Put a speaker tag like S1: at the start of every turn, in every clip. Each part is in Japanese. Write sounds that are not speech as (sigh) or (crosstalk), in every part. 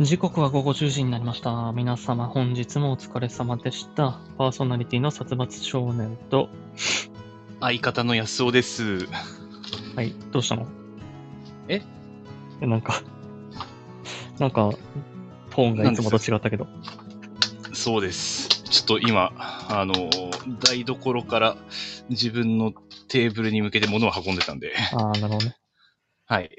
S1: 時刻は午後10時になりました。皆様、本日もお疲れ様でした。パーソナリティの殺伐少年と、
S2: 相方の安尾です。
S1: はい、どうしたの
S2: え
S1: えなんか、なんか、トーンがいつもと違ったけど。
S2: そうです。ちょっと今、あのー、台所から自分のテーブルに向けて物を運んでたんで。
S1: ああ、なるほどね。
S2: はい。 (laughs)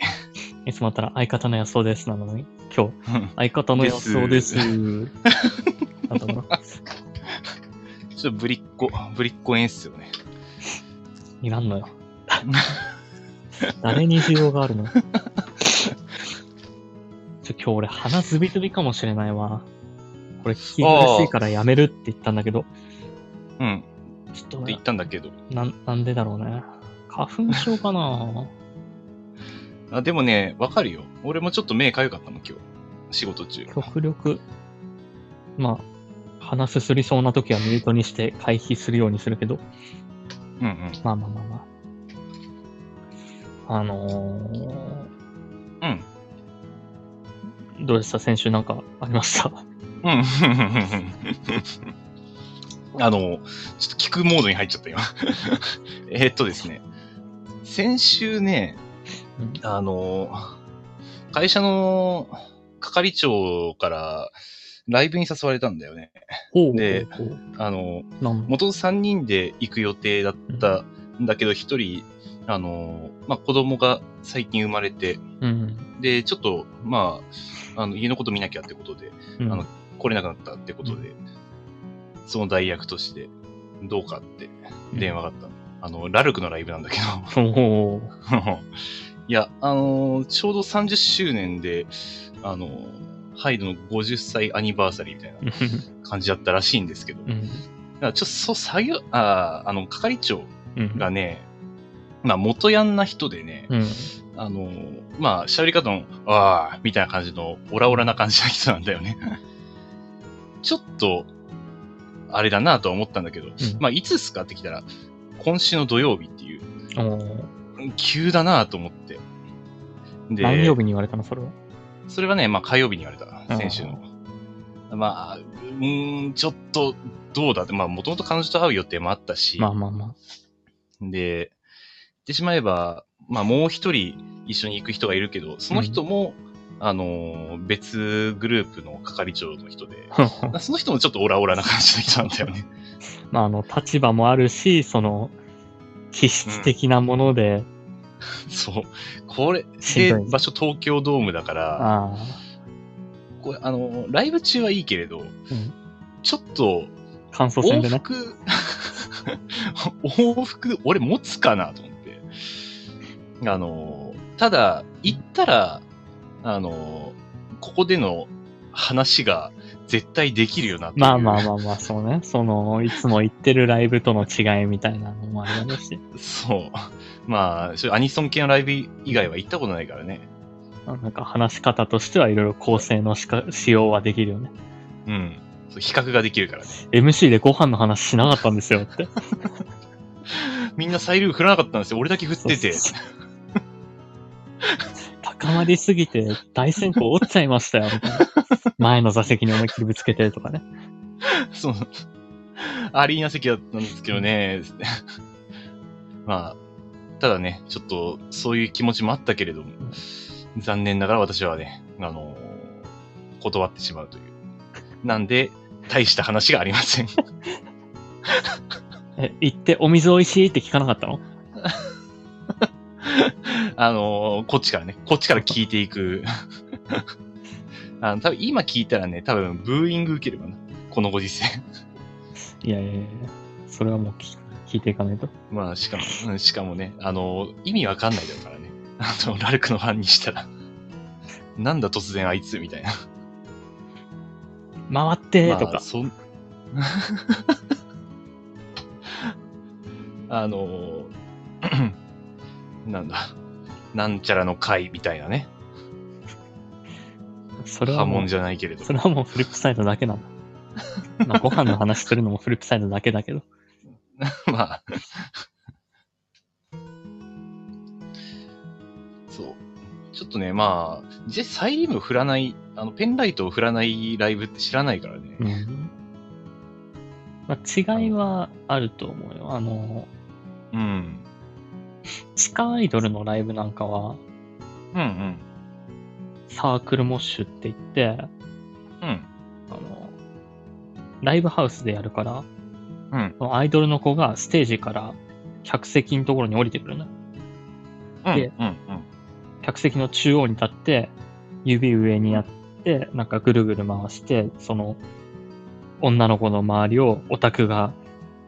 S1: いつもだったら相方の安尾ですなのに、今日、相方の安尾です。
S2: で
S1: (laughs) なんだろうな。
S2: ちょっとぶりっ子、ぶりっ子演出よね。
S1: いらんのよ。誰に需要があるの (laughs) ちょ、今日俺鼻ズビズビかもしれないわ。これ聞き苦しいからやめるって言ったんだけど、
S2: うん。っ
S1: ちょっと
S2: て言
S1: ね
S2: ったんだけど。
S1: なん、なんでだろうね。花粉症か (laughs) な
S2: あでもね、わかるよ。俺もちょっと目かゆかったの、今日。仕事中。
S1: 極力、まあ、鼻すすりそうな時はミュートにして回避するようにするけど、
S2: うんうん。
S1: まあまあまあまあ。あの
S2: うん。
S1: ー、どうでした先週なんかありました
S2: うん。 (laughs) あの、ちょっと聞くモードに入っちゃった、今。 (laughs) えーっとですね。先週ね、
S1: うん
S2: あの、会社の係長からライブに誘われたんだよね。
S1: ほう
S2: で
S1: ほうほう
S2: あの、
S1: なん
S2: 元々3人で行く予定だったんだけど、1人、あの、まあ、子供が最近生まれて、
S1: うん。
S2: で、ちょっと、まあ、あの、家のこと見なきゃってことで、
S1: うん
S2: あの来れなくなったってことで、その代役として、どうかって電話があったの。あの、ラルクのライブなんだけど。
S1: おー
S2: (laughs) いや、あのーちょうど30周年で、あのーハイドの50歳アニバーサリーみたいな感じだったらしいんですけど、
S1: う
S2: だ
S1: ん。
S2: からちょっとそう作業、あーあの、係長
S1: うん。
S2: がね、まあ、元ヤンな人でね、
S1: うん。
S2: あのーまあ、喋り方の、ああ、みたいな感じの、オラオラな感じの人なんだよね。 (laughs) ちょっと、あれだなとは思ったんだけど、まあ、いつっすかって来たら、今週の土曜日っていう、
S1: あ、おー
S2: 急だなと思って。で
S1: 何曜日に言われたの、それは。
S2: それはね、まあ、火曜日に言われた、先週の。まあ、うーん、ちょっと、どうだって、まあ、もともと彼女と会う予定もあったし、
S1: まあまあま
S2: で、言ってしまえば、まあ、もう一人一緒に行く人がいるけど、その人も、あのー、別グループの係長の人で、
S1: あ。
S2: その人もちょっとオラオラな感じの人なんだよね。 (laughs)
S1: まあ、あの、立場もあるし、その、気質的なもので、
S2: そう。これ、
S1: しん
S2: で
S1: どい、
S2: 場所東京ドームだから、
S1: あ
S2: これ、あの、ライブ中はいいけれど、
S1: ん
S2: ちょっと、
S1: あ、感想戦
S2: 往
S1: でね。
S2: 復、往復、 (laughs) 俺持つかなと思って。あの、ただ、行ったら、あの、ここでの話が絶対できるよなっていう
S1: まあまあまあまあ、そうね。その、いつも行ってるライブとの違いみたいなのもありますし、
S2: そう。まあ、そういうアニソン系のライブ以外は行ったことないからね。
S1: なんか話し方としてはいろいろ構成のしか使用はできるよね。
S2: うん。そう比較ができるからね。
S1: MC でご飯の話しなかったんですよって。
S2: みんなサイリウム振らなかったんですよ。俺だけ振ってて。
S1: そうそうそう高まりすぎて大先行折っちゃいましたよ、みたいな。前の座席に思いっきりぶつけてとかね。
S2: そう。 (laughs) アリーナ席だったんですけどね。 (laughs) まあ、ただね、ちょっとそういう気持ちもあったけれども、残念ながら私はね、あのー断ってしまうという。なんで、大した話がありません。 (laughs)
S1: え、行ってお水美味しいって聞かなかったの
S2: あのーこっちからね、こっちから聞いていく。 (laughs) あの多分今聞いたらね、多分ブーイング受けるかな。このご時世。
S1: いやいやいやそれはもう聞聞いていかないと。
S2: まあ、しかも、うんしかもね、あの、意味わかんないだからね。 (laughs) あの、ラルクのファンにしたら。なんだ突然あいつみたいな。
S1: 回って
S2: まあ
S1: ーとか。
S2: そん (laughs) あの、 (clears throat) なんだ。なんちゃらの会みたいなね。
S1: それは
S2: 波
S1: も
S2: 紋
S1: う、
S2: じゃないけれど
S1: そ。れはもうフリップサイドだけなんだ。まあ、ご飯の話するのもフリップサイドだけだけど。
S2: まあ。そう。ちょっとね、まあ、実際サイリウム振らない、あの、ペンライトを振らないライブって知らないからね。
S1: うんまあ、違いはあると思うよ。あの、
S2: うん。
S1: 地下アイドルのライブなんかは、
S2: うんうん。
S1: サークルモッシュって言って、
S2: うん。
S1: あの、ライブハウスでやるから、
S2: うん
S1: そのアイドルの子がステージから客席のところに降りてくるね。
S2: うん。
S1: で
S2: うん。うん。
S1: 客席の中央に立って、指上にやって、なんかぐるぐる回して、その、女の子の周りをオタクが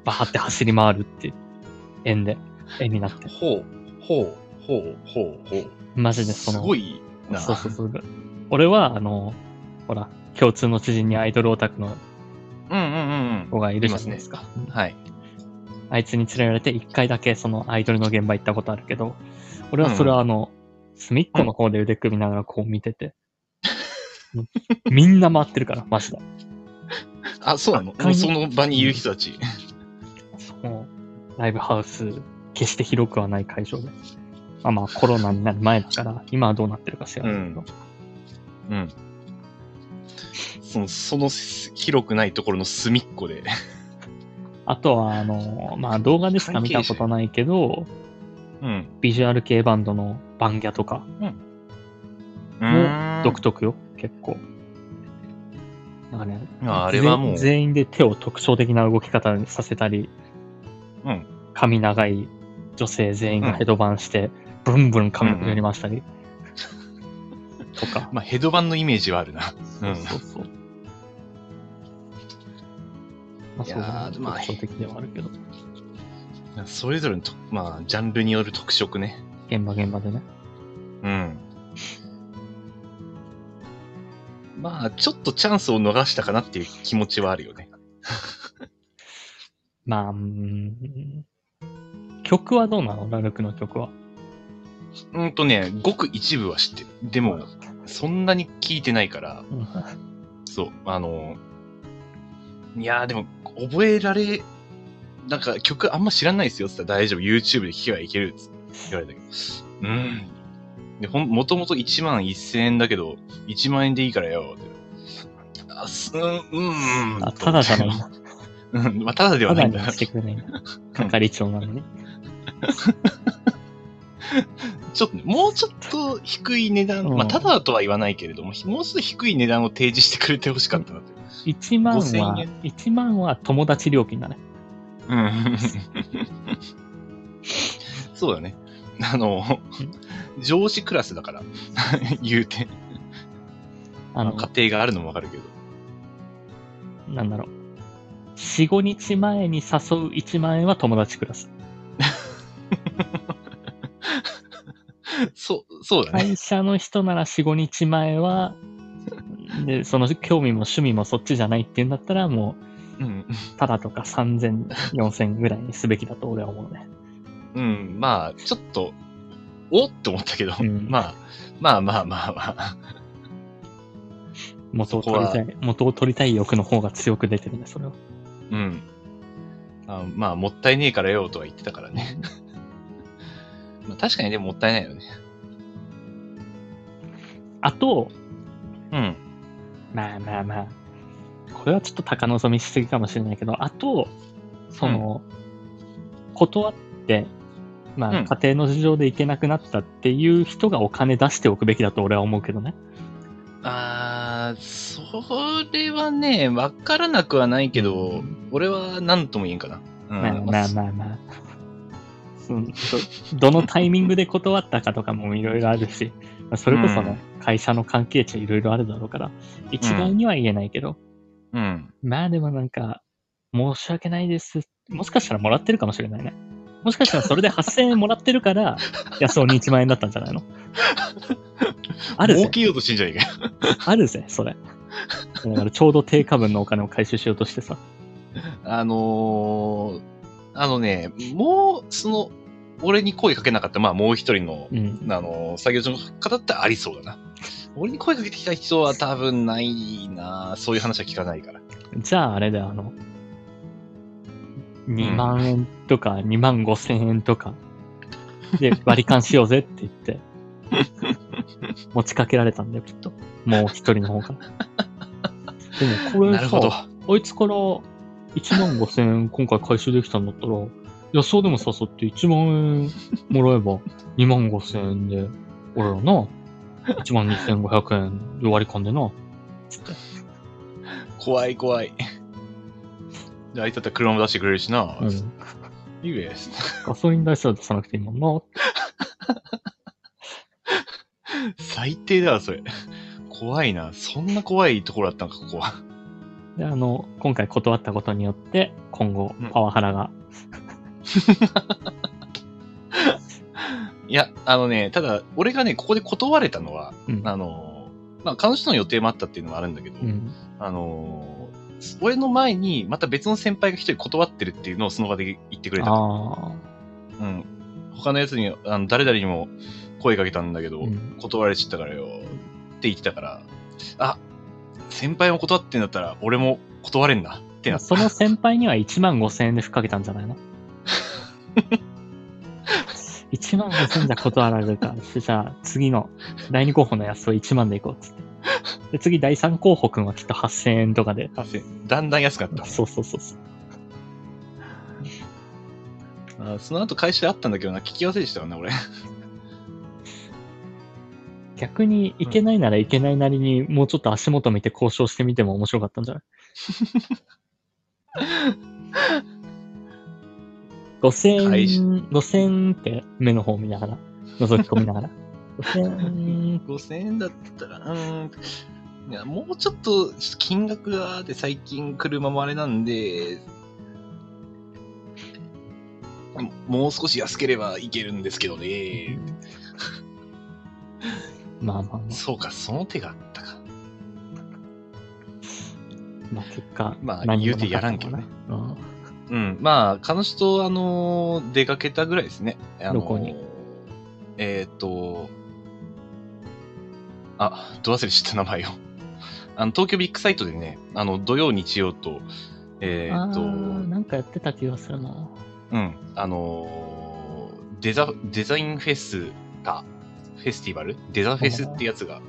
S1: バーって走り回るっていう、円で、円になって。
S2: ほう、ほう、ほう、ほう、ほう。
S1: マジでその、
S2: すごいな。
S1: そうそうそう。俺は、あの、ほら、共通の知人にアイドルオタクの
S2: うんうんうん
S1: 子がいるじゃないですか。
S2: うん。はい。
S1: あいつに連れられて一回だけそのアイドルの現場行ったことあるけど、俺はそれはあの、隅っこの方で腕組みながらこう見てて。うんみんな回ってるから、 (laughs) マジで。
S2: あ、そうなの
S1: あ
S2: その場にいる人たち。
S1: そのライブハウス、決して広くはない会場で。まあまあコロナになる前だから、今はどうなってるか知らないけど。
S2: うん。その、その広くないところの隅っこで。
S1: あとは、あの、まあ動画でしか見たことないけど、
S2: うん。
S1: ビジュアル系バンドのバンギャとか、
S2: う
S1: 独特よ、結構。なんかね、
S2: ああれはもう
S1: 全全員で手を特徴的な動き方にさせたり、
S2: うん
S1: 髪長い女性全員がヘドバンして、ブンブン髪をくりましたり、とか。
S2: まあ、ヘドバンのイメージはあるな。うん
S1: そうそう。まあ、
S2: い
S1: そ
S2: や
S1: うだ
S2: ー
S1: ね
S2: まあ
S1: 特徴的ではあるけど、
S2: それぞれのと、まあ、ジャンルによる特色ね。
S1: 現場現場でね。
S2: うん。まあ、ちょっとチャンスを逃したかなっていう気持ちはあるよね。
S1: まあ、うーん曲はどうなのラルクの曲は。
S2: うんとね、ごく一部は知ってる。でも、そんなに聞いてないから、
S1: うん
S2: そう、あの、いやーでも、覚えられ、なんか曲あんま知らないですよって言ったら大丈夫、YouTube で聴けばいけるっつって言われたけど、うん。で、ほん、もともと1万1000円だけど、1万円でいいからよ、って。あ、す、うん、うん。
S1: あただじゃない
S2: と思って。うん、まあ、ただではないんだ
S1: ただ
S2: な
S1: にしてくれないんだ。係長なのに。
S2: ちょっとね、もうちょっと低い値段、
S1: うん
S2: まあ、ただとは言わないけれども、もうちょっと低い値段を提示してくれてほしかったなという。
S1: 1万は
S2: 5000円、
S1: 1万は友達料金だね。
S2: うん。そうだね。あの、上司クラスだから、 (laughs) 言うて。
S1: あの、
S2: 家庭があるのもわかるけど。
S1: なんだろう。4、5日前に誘う1万円は友達クラス。
S2: そう、そうだね。
S1: 会社の人なら4、5日前は、で、その興味も趣味もそっちじゃないっていうんだったら、も
S2: うん。
S1: う、ただとか3000、4000ぐらいにすべきだと俺は思うね。
S2: うん。まあ、ちょっと、おって思ったけど、
S1: うん
S2: まあ、まあまあまあまあ。
S1: 元を取りたい、元を取りたい欲の方が強く出てるね、それは。
S2: うん。あまあ、もったいねえからよとは言ってたからね。 (laughs) まあ、確かにでももったいないよね。
S1: あと、
S2: うん。
S1: まあまあまあ、これはちょっと高望みしすぎかもしれないけど、あと、その、断って、まあ、
S2: うん
S1: 家庭の事情で行けなくなったっていう人がお金出しておくべきだと俺は思うけどね。
S2: あー、それはね、わからなくはないけど、
S1: うん
S2: 俺は何とも言えんかな。うん
S1: まあまあまあまあ。そのどどのタイミングで断ったかとかもいろいろあるし、まあそれこそね、会社の関係者いろいろあるだろうから、一概には言えないけど、
S2: うん。
S1: まあでもなんか、申し訳ないです。もしかしたらもらってるかもしれないね。もしかしたらそれで8000円もらってる
S2: (laughs)
S1: から、安尾に1万円だったんじゃないのある
S2: 儲
S1: ぜ、
S2: けようとしてんじゃねえか。 (laughs)
S1: あるぜ、それ。だからちょうど定価分のお金を回収しようとしてさ。
S2: あのー、あのね、もう、その、俺に声かけなかった、まあもう一人の、
S1: うん。
S2: あのー、作業所の方ってありそうだな。俺に声かけてきた人は多分ないなそういう話は聞かないから。
S1: じゃああれだよ、あの、2万円とか2万5千円とかで割り勘しようぜって言って、持ちかけられたんだよ、きっと。もう一人の方から。でもこれ
S2: なるほど。
S1: さ、あいつから1万5千円今回回収できたんだったら、予想でも誘って1万円もらえば2万5千円で、俺らな、1万2500円で割り込んでな、つって。
S2: 怖い怖い。 (laughs) で、あいつだったら車も出してくれるしな。
S1: うん
S2: いいです。
S1: ガソリン代すら出さなくていいもんな。
S2: (laughs) 最低だわ、それ。怖いな。そんな怖いところだったのか、ここは。
S1: で、あの、今回断ったことによって、今後
S2: うん、
S1: パワハラが。
S2: いや、あのね、ただ、俺がね、ここで断れたのは、
S1: うん。
S2: あの、まあ、彼女との予定もあったっていうのもあるんだけど、
S1: うん。
S2: あの、俺の前に、また別の先輩が一人断ってるっていうのをその場で言ってくれ
S1: あ
S2: た。
S1: あ。
S2: うん。他のやつに、あの誰々にも声かけたんだけど、
S1: うん
S2: 断られちゃったからよって言ってたから、あ、先輩も断ってんだったら、俺も断れんなってなった。
S1: その先輩には1万5千円で吹っかけたんじゃ
S2: (laughs)
S1: ないの1万5千円じゃ断られるから。そしたら次の第2候補のやつを1万でいこうっつって。で次第3候補くんはきっと8000円とかで。
S2: あせだんだん安くなった。
S1: そうそうそうそう。
S2: あその後会社であったんだけどな、聞き忘れてたよな、俺。
S1: 逆にいけないならいけないなりにもうちょっと足元見て交渉してみても面白かったんじ
S2: (laughs)
S1: ゃない ?5000
S2: 開始
S1: 円、5000円って目の方見ながら、覗き込みながら。5000円
S2: 5000円だったら、うーん。いや、もうちょっと、ちょっと金額が、で、最近車もあれなんで、ももう少し安ければいけるんですけどね。
S1: まあまあま
S2: そうか、その手があったか。
S1: あ、まあ、結果、
S2: まあ
S1: 何
S2: 言
S1: も
S2: うて
S1: な
S2: や
S1: からった
S2: ん
S1: か
S2: けど
S1: な
S2: ね。うん、まあ、彼女と、あのー出かけたぐらいですね。あのー
S1: どこに
S2: えっ、と、あ、ど忘れした名前を。あの、東京ビッグサイトでね、あの、土曜、日曜と、え
S1: あ
S2: っ、
S1: あ
S2: と、
S1: ー、なんかやってた気がするな。
S2: うん、あのーデザ、デザインフェスか、フェスティバルデザフェスってやつが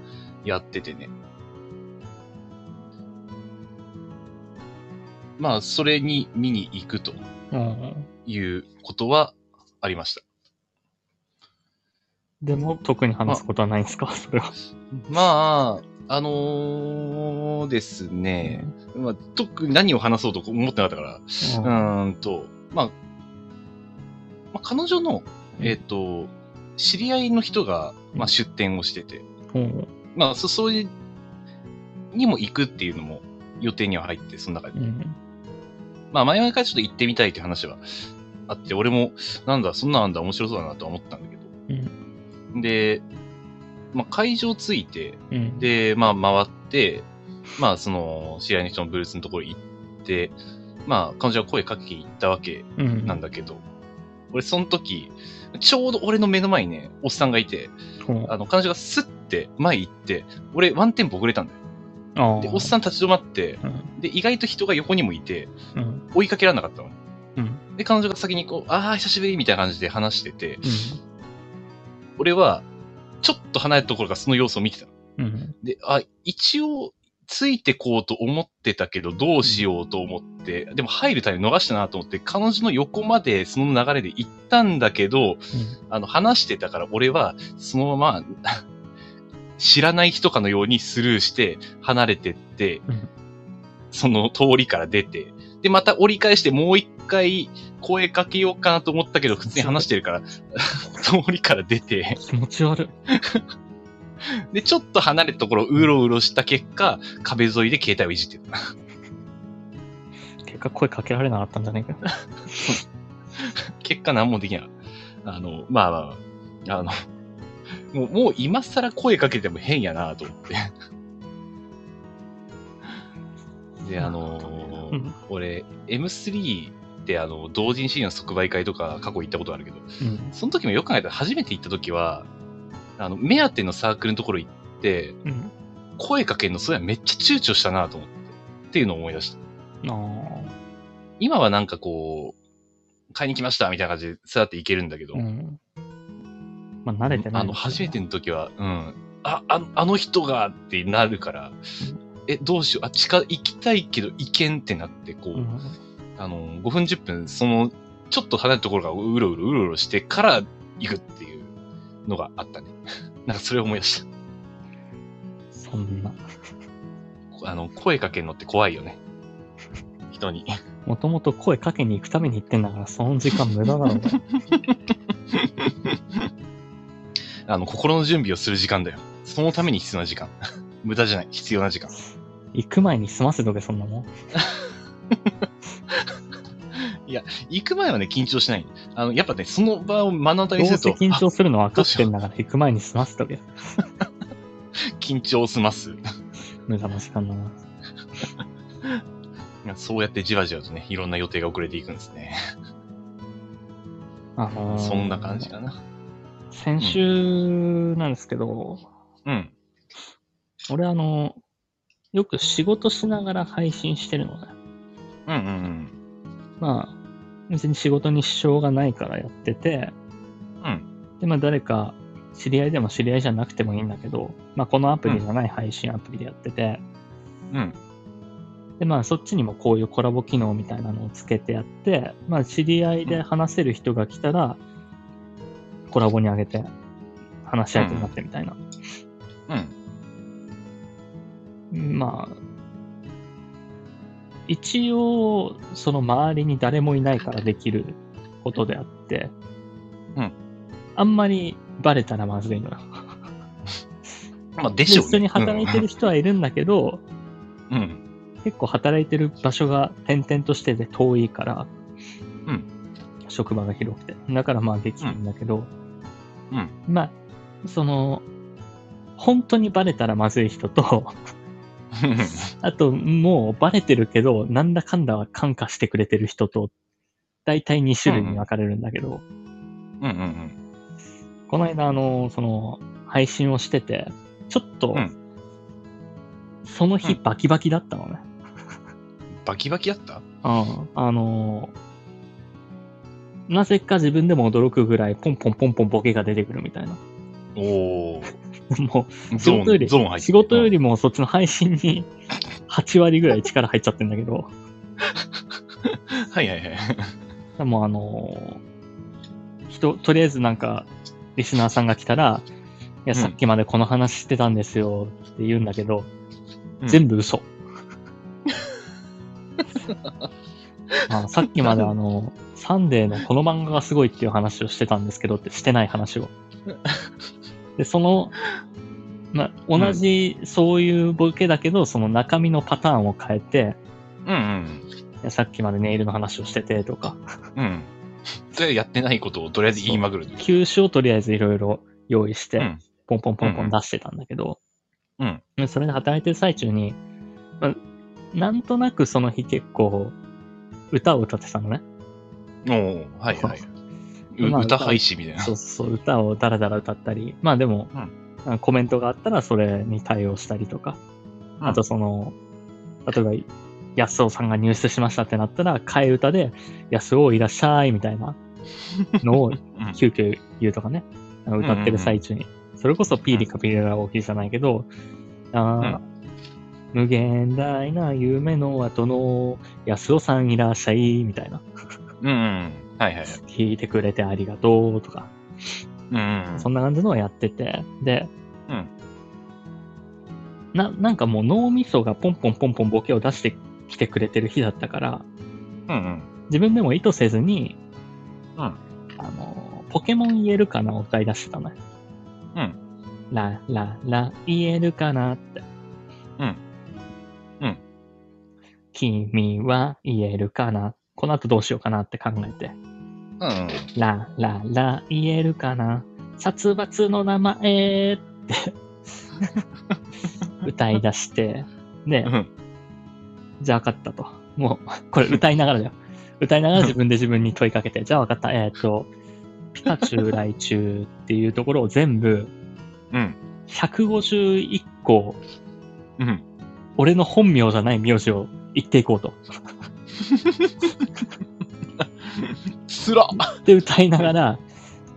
S2: やっててね。まあ、それに見に行くと。
S1: うん。
S2: いうことはありました。
S1: でも、特に話すことはないんですか、それは。
S2: まあ、あのーですね、まあ、特に何を話そうと思ってなかったから、う
S1: うん
S2: ーんと、まあ、まあ、彼女の、
S1: うん
S2: えっ、と、知り合いの人が、
S1: うん
S2: まあ、出店をしてて、
S1: うん。
S2: まあ、そ、そういう、にも行くっていうのも予定には入って、その中
S1: う
S2: に。
S1: ん。
S2: まあ、前々からちょっと行ってみたいって話はあって、俺も、なんだ、そんなんあんだ、面白そうだなとは思ってたんだけど。
S1: うん。
S2: で、まあ、会場着いて、
S1: うん、
S2: で、まあ、回って、まあ、その、知り合いの人のブースのところ行って、まあ、彼女は声かけに行ったわけ
S1: うん、
S2: なんだけど、俺、その時、ちょうど俺の目の前にね、おっさんがいて、
S1: うん
S2: あの、彼女がスッて前行って、俺、ワンテンポ遅れたんだよ。
S1: あ
S2: で、
S1: ー
S2: おっさん立ち止まって、
S1: うん
S2: で、意外と人が横にもいて、
S1: うん
S2: 追いかけられなかったの。
S1: うん
S2: で、彼女が先にこう、ああ、久しぶりみたいな感じで話してて、
S1: う
S2: 俺は、ちょっと離れたところからその様子を見てたの。
S1: んうん
S2: で、あ、一応、ついてこうと思ってたけど、どうしようと思って、でも入るタイミング逃したなと思って、彼女の横までその流れで行ったんだけど、あの、話してたから俺は、そのま (laughs) ま、知らない人かのようにスルーして、離れてって、
S1: うん
S2: その通りから出て、で、また折り返してもう一回声かけようかなと思ったけど、普通に話してるから、通りから出て、
S1: 気持ち悪い。
S2: で、ちょっと離れたところをうろうろした結果、壁沿いで携帯をいじってた。
S1: 結果声かけられなかったんじゃないか。
S2: 結果何もできなかった。あの、まあまあまあ、あの、もう、もう今更声かけても変やなと思って。で、あの
S1: うん
S2: 俺、M3 ってあの、同人誌の即売会とか過去行ったことあるけど、
S1: うん
S2: その時もよく考えたら初めて行った時は、あの、目当てのサークルのところ行って、
S1: うん
S2: 声かけるのそれはめっちゃ躊躇したなと思って、っていうのを思い出した。
S1: あ
S2: 今はなんかこう、買いに来ましたみたいな感じで、そうやっていけるんだけ
S1: ー
S2: ど、
S1: うんまあ慣れてない。
S2: あの、初めての時は、うん、ああ、ああの人がってなるから、え、どうしよう、あ、近、行きたいけど行けんってなって、こう、
S1: うん
S2: あの、5分10分、その、ちょっと離れたところがうろうろうろうろしてから行くっていうのがあったね。 (laughs) なんかそれを思い出した。
S1: そんな。
S2: あの、声かけるのって怖いよね。人に。
S1: もともと声かけに行くために行ってんだから、その時間無駄だ (laughs) ろうが。
S2: (laughs) あの、心の準備をする時間だよ。そのために必要な時間。 (laughs) 無駄じゃない。必要な時間。
S1: 行く前に済ませとけ、そんなもん。
S2: 行く前はね、緊張しない。あの、やっぱね、その場を目の当たり
S1: どう
S2: にす
S1: せ
S2: ると、
S1: 緊張
S2: あ
S1: するの分かってんだから、行く前に済ませとけ。
S2: 緊張を済ます。 (laughs)
S1: 無駄な時間だな。
S2: そうやってじわじわとね、いろんな予定が遅れていくんですね。
S1: あのー
S2: そんな感じかな。
S1: 先週なんですけど、
S2: うん。
S1: 俺あの、よく仕事しながら配信してるのね。
S2: うんうん
S1: まあ、別に仕事に支障がないからやってて、
S2: うん。うん。
S1: で、まあ誰か、知り合いでも知り合いじゃなくてもいいんだけど、まあこのアプリじゃない配信アプリでやってて、
S2: うん。
S1: で、まあそっちにもこういうコラボ機能みたいなのをつけてやって、まあ知り合いで話せる人が来たら、コラボにあげて、話し相手になってみたいな。
S2: うん。
S1: まあ、一応、その周りに誰もいないからできることであって、
S2: うん
S1: あんまりバレたらまずいのよ。
S2: まあ、でしょう、ね。
S1: 一緒に働いてる人はいるんだけど、
S2: うん。うん。
S1: 結構働いてる場所が点々としてて遠いから、
S2: うん
S1: 職場が広くて。だからまあできるんだけど、
S2: うん。
S1: まあ、その、本当にバレたらまずい人と、あと、もうバレてるけど、なんだかんだは感化してくれてる人と、大体2種類に分かれるんだけど、
S2: うんうんうん。
S1: この間、あの、その、配信をしてて、ちょっと、
S2: うん
S1: その日
S2: う
S1: バキバキだったのね。
S2: バキバキだった
S1: うんあの、なぜか自分でも驚くぐらい、ポンポンポンポンボケが出てくるみたいな。
S2: おお。
S1: もう、仕
S2: ゾ
S1: 事よ
S2: ーン、
S1: り、
S2: ゾーン入ってる
S1: 仕事よりもそっちの配信に8割ぐらい力入っちゃってんだけど、
S2: うんはいはいはい。
S1: でもあのー人、とりあえずなんか、リスナーさんが来たら、いや、
S2: うん
S1: さっきまでこの話してたんですよって言うんだけど、
S2: うん
S1: 全部
S2: (laughs)
S1: 嘘。あさっきまであの、サンデーのこの漫画がすごいっていう話をしてたんですけどってしてない話を。で、その、ま、同じそういうボケだけど、その中身のパターンを変えて、
S2: うん
S1: いやさっきまでネイルの話をしててとか、
S2: うん。うん。それやってないことをとりあえず言いまぐる。
S1: 球種をとりあえずいろいろ用意し
S2: う
S1: て
S2: ん、
S1: ポンポンポンポン出してたんだけど、
S2: うん
S1: でそれで働いてる最中に、まあ、なんとなくその日結構、歌を歌ってたのね。
S2: おおはいはい。う
S1: まあ
S2: 歌配信みたいな。
S1: そうそうそう、歌をダラダラ歌ったり、まあでも、あコメントがあったらそれに対応したりとか、
S2: うん
S1: あとその、例えば、安尾さんが入室しましたってなったら、替え歌で、安尾いらっしゃいみたいなのを
S2: うん
S1: 急遽言うとかね、あの
S2: んうんうん
S1: 歌ってる最中に。それこそピーリカピレラ大きいじゃないけど、あー無限大な夢の後の安尾さんいらっしゃいみたいな。
S2: うんうん。はいはいはい。
S1: 聞いてくれてありがとうとか、
S2: うんうん。
S1: そんな感じのをやってて、で、
S2: うん
S1: な、なんかもう脳みそがポンポンポンポンボケを出してきてくれてる日だったから、
S2: うんうん。
S1: 自分でも意図せずに、
S2: うん
S1: あの、ポケモン言えるかなを歌い出してたのよ。
S2: うん
S1: ラ、ラ、ラ、言えるかなって。
S2: うんうん
S1: 君は言えるかなこの後どうしようかなって考えて。
S2: うんうん。
S1: ラ、ラ、ラ、言えるかな殺伐の名前
S2: (laughs)
S1: って歌い出して、で
S2: う、ん
S1: じゃあ分かったと。もう、これ歌いなが
S2: (laughs)
S1: らだよ。歌いながら自分で自分に問いかけて、じゃあ分かった。えっ、と、ピカチュウ来中っていうところを全部
S2: うん。
S1: 151個、
S2: うん。
S1: 俺の本名じゃない名字を言っていこうと。
S2: つら
S1: で、歌いながら、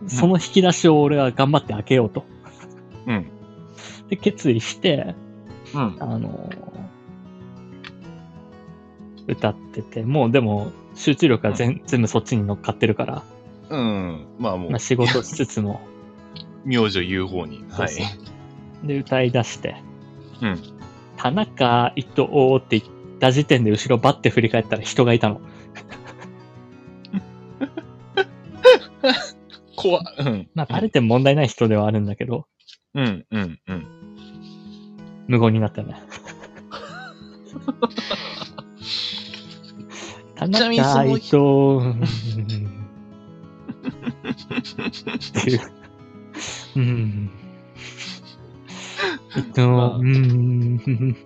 S1: その引き出しを俺は頑張って開けようと。
S2: うん。
S1: で、決意して、
S2: うん。
S1: あの、歌ってて、もうでも集中力が全全部そっちに乗っかってるから、
S2: うん。まあもう
S1: まあ、、仕事しつつも、
S2: 名字を言う方に。
S1: そう
S2: はい
S1: そ。うで、歌い出して、
S2: うん
S1: 田中伊藤って言った時点で後ろバッて振り返ったら人がいたの。
S2: 怖っうん。
S1: まあ、バレても問題ない人ではあるんだけど、
S2: うん、うん、うん。
S1: 無言になったよね。田
S2: ちなみにそ
S1: 中
S2: の
S1: 伊藤うんっていう。うん。伊藤、
S2: まあ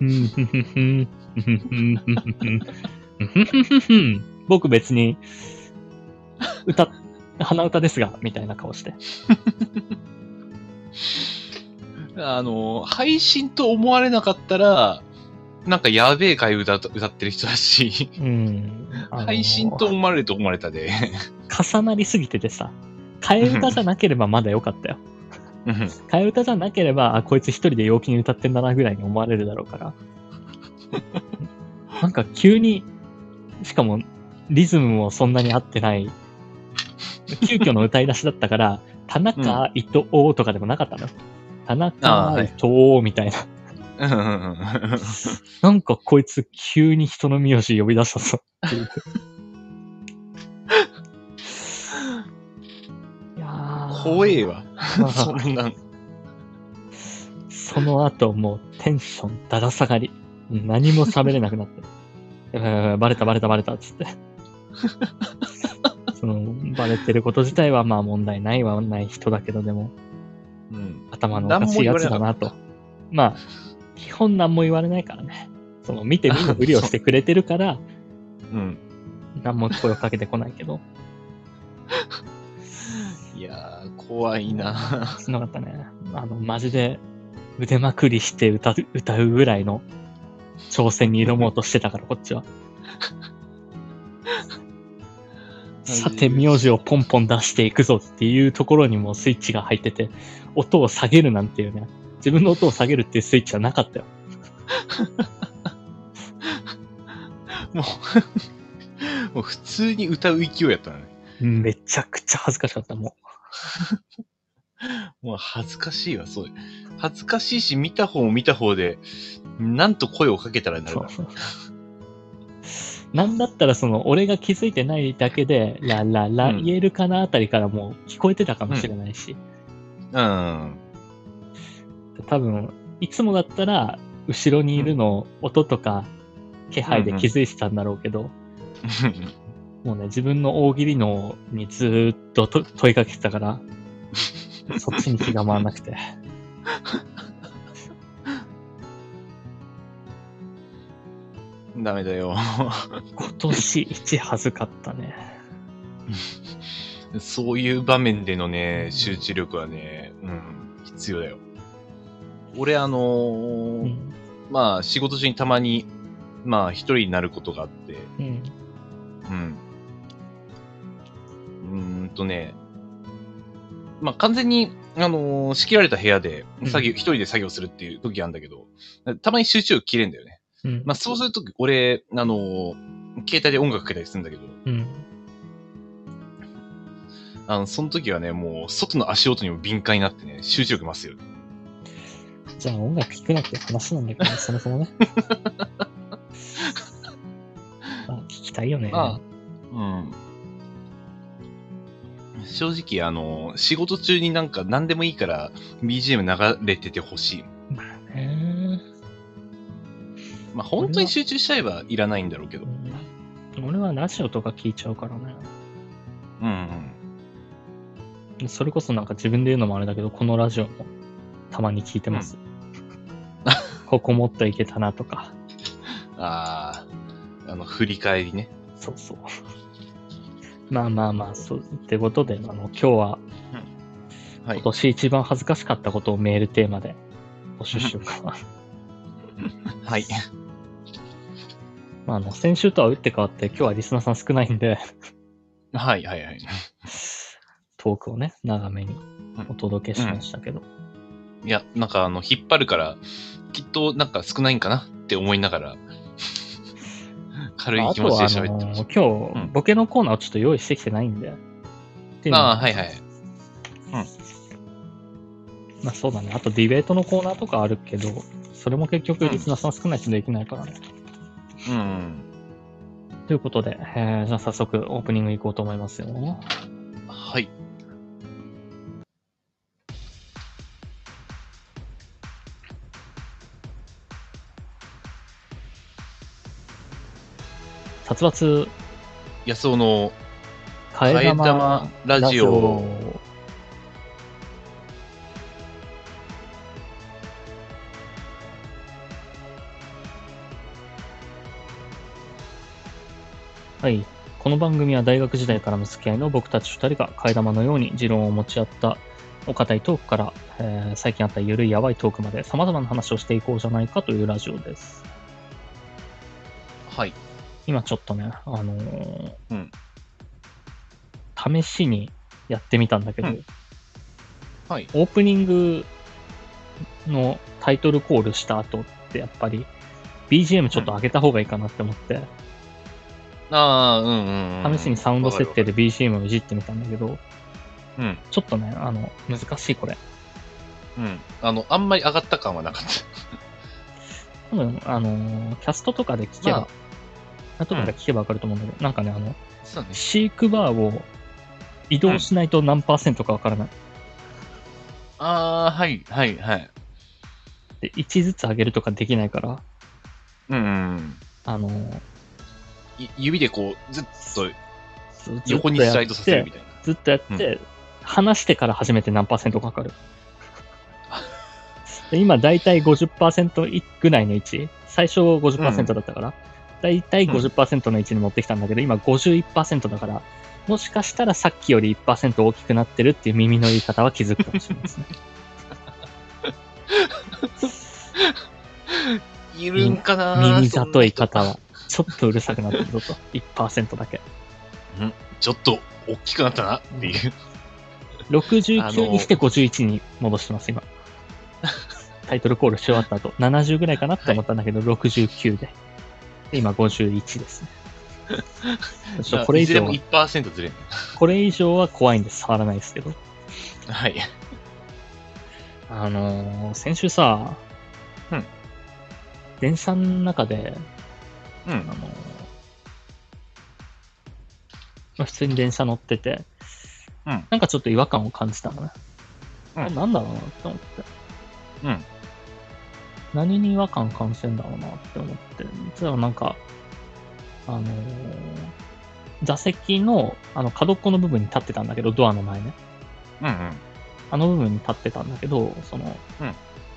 S1: うん。僕別に歌っ、鼻歌ですが、みたいな顔して。
S2: あの、配信と思われなかったら、なんかやべえ回歌と歌ってる人だし、
S1: うん。あの
S2: 配信と思われると思われ
S1: (laughs)
S2: たで。
S1: 重なりすぎててさ、替え歌じゃなければまだ良かったよ。
S2: うん
S1: 替え歌じゃなければ、あ、こいつ一人で陽気に歌ってんだなぐらいに思われるだろう
S2: (laughs)
S1: から。なんか急に、しかもリズムもそんなに合ってない、急遽の歌い出しだったから、田中、伊藤とかでもなかったの。田
S2: あー
S1: 中、
S2: は
S1: 伊
S2: い
S1: 藤みたいな。
S2: うんうんうん
S1: (laughs) なんかこいつ急に人の名字呼び出したぞっていう。 (laughs) いやー
S2: 怖えわ。そんなん。
S1: その後、もうテンションだだ下がり。何も喋れなくなって。 (laughs) やばいやばいやばいバレたバレたバレたっつ (laughs) って。その、バレてること自体はまあ問題ないはない人だけど、でも
S2: うん。
S1: 頭のおかしいやつだなと
S2: 何も言われなか。
S1: まあ、基本何も言われないからね。その、見て見ぬふりをしてくれてるから、
S2: うん。
S1: 何も声をかけてこないけど。
S2: いやー、怖いな。
S1: しなかったね。あの、マジで腕まくりして歌う歌うぐらいの挑戦に挑もうとしてたから、こっちは。さて、名字をポンポン出していくぞっていうところにもスイッチが入ってて、音を下げるなんていうね、自分の音を下げるっていうスイッチはなかったよ。
S2: もう (laughs) 、もう普通に歌う勢いやったね。
S1: めちゃくちゃ恥ずかしかった、も
S2: もう恥ずかしいわ、そう。恥ずかしいし、見た方も見た方で、なんと声をかけたら
S1: う。
S2: なるだろ
S1: そうなんだったら、その、俺が気づいてないだけで、ラララ
S2: うん
S1: 言えるかなあたりからもう聞こえてたかもしれないし、
S2: う。うん。 (laughs)
S1: 多分いつもだったら後ろにいるのを音とか気配で気づいてたんだろうけど、もうね自分の大喜利のにずーっとと問いかけてたから
S2: (laughs)
S1: そっちに気が回らなくて
S2: ダメだよ。
S1: 今年一恥ずかったね
S2: そういう場面でのね、集中力はね、うん、必要だよ。俺、あのー
S1: うん
S2: まあ、仕事中にたまに、まあ、一人になることがあって、
S1: うん
S2: うん。うーんとね、まあ、完全に、あのー仕切られた部屋で、作業、一人で作業するっていう時あるんだけど、たまに集中力切れんだよね。
S1: うん
S2: まあ、そうすると、俺、あのー携帯で音楽かけたりするんだけど、
S1: うん
S2: あの、その時はね、もう、外の足音にも敏感になってね、集中力増すよね。
S1: じゃあ音楽聴くなって話なんだけどねそもそも (laughs) ねまあ聞きたいよね、
S2: まうん。正直、あのー仕事中になんか何でもいいから BGM 流れててほしい。
S1: へー
S2: まあ、本当に集中しちゃえばいらないんだろうけど。
S1: うん俺はラジオとか聞いちゃうからね
S2: うんうん。
S1: それこそなんか自分で言うのもあれだけど、このラジオもたまに聞いて (laughs) ます。ここもっといけたなとか。
S2: ああ、あの、振り返りね。
S1: そうそう。まあまあまあ、そう。ってことで、あの、今日は
S2: は
S1: 今年一番恥ずかしかったことをメールテーマで募集しようかな。
S2: はい。
S1: まあ、あの、先週とは打って変わって、今日はリスナーさん少ないんで、
S2: (laughs)
S1: (laughs)
S2: はいはいはい。
S1: トークをね、長めにお届けしましたけど。
S2: いや、なんかあの、引っ張るから、きっとなんか少ないんかなって思いなが (laughs) ら、軽い
S1: あ
S2: 気
S1: と
S2: 持ちで
S1: はあ
S2: 喋
S1: の
S2: ってました。
S1: 今
S2: うん
S1: 日、ボケのコーナーをちょっと用意してきてないんで。っていうのも
S2: あーはいはい。
S1: まあそうだね。あとディベートのコーナーとかあるけど、それも結局リスナーさん少ない人できないからね。
S2: うん。
S1: ということで、えーじゃあ早速オープニング行こうと思いますよ。
S2: はい。
S1: 殺伐
S2: 安尾の
S1: 替え
S2: 替え玉
S1: 玉
S2: ラジオ。
S1: はい。この番組は大学時代からの付き合いの僕たち2人が替え玉のように持論を持ち合ったお堅いトークから、えー最近あったゆるいやばいトークまで様々な話をしていこうじゃないかというラジオです。
S2: はい。
S1: 今ちょっとね、あのー
S2: うん
S1: 試しにやってみたんだけど、
S2: うんはい。
S1: オープニングのタイトルコールした後ってやっぱり BGM ちょっと上げた方がいいかなって思って、
S2: ああ、うんうん、うん。
S1: 試しにサウンド設定
S2: わか
S1: で BGM をいじってみたんだけど、
S2: るわかる。
S1: ちょっとね、あの、難しいこれ。
S2: うん。うん。あの、あんまり上がった感はなかっ
S1: 多分、あのーキャストとかで聞けば、
S2: ま
S1: 後から聞けばわかると思うんだけど、なんかね、あの、
S2: た。そうだね。
S1: シークバーを移動しないと何パーセントかわからない。
S2: ああ、はい、はい、はい。
S1: で、1ずつ上げるとかできないから、
S2: うん、うん
S1: あのー
S2: い指でこう、ずっと
S1: ずずっ
S2: 横に
S1: とや
S2: スライドさせる
S1: っ
S2: み
S1: て
S2: たいな。
S1: ずっとやって、話してから始めて何パーセントかかる。で今、だいたい50%いぐらいの位置。最初50%だったから、だいたい50%の位置に持ってきたんだけど、今51%だから、もしかしたらさっきより1%大きくなってるっていう耳の言い方は気づくかもしれないですね。
S2: いるんかな
S1: 耳
S2: そ
S1: だ
S2: んな人
S1: と言い方は。ちょっとうるさくなってるぞと。1%だけ。
S2: ちょっと大きくなったなっていう。
S1: 69にして51に戻してます、
S2: (laughs)
S1: 今。タイトルコールし終わった後、70ぐらいかなって思ったんだけど、69で。で今、51ですね。
S2: (laughs)
S1: ちょっとこれ以
S2: いずれ
S1: 上
S2: も
S1: は、
S2: 1%ずれんね。
S1: これ以上は怖いんで触らないですけど。
S2: はい。
S1: あのー先週さ、
S2: うん
S1: 電車の中で、
S2: う
S1: あ
S2: ん
S1: の。ーまあ、普通に電車乗ってて、
S2: うん
S1: なんかちょっと違和感を感じたのね。
S2: うん
S1: あなんだろうなって思って。
S2: うん。
S1: 何に違和感感じてんだろうなって思って。実はなんか、あのー座席のあの角っこの部分に立ってたんだけど、ドアの前ね。
S2: うんうん。
S1: あの部分に立ってたんだけど、その、
S2: うん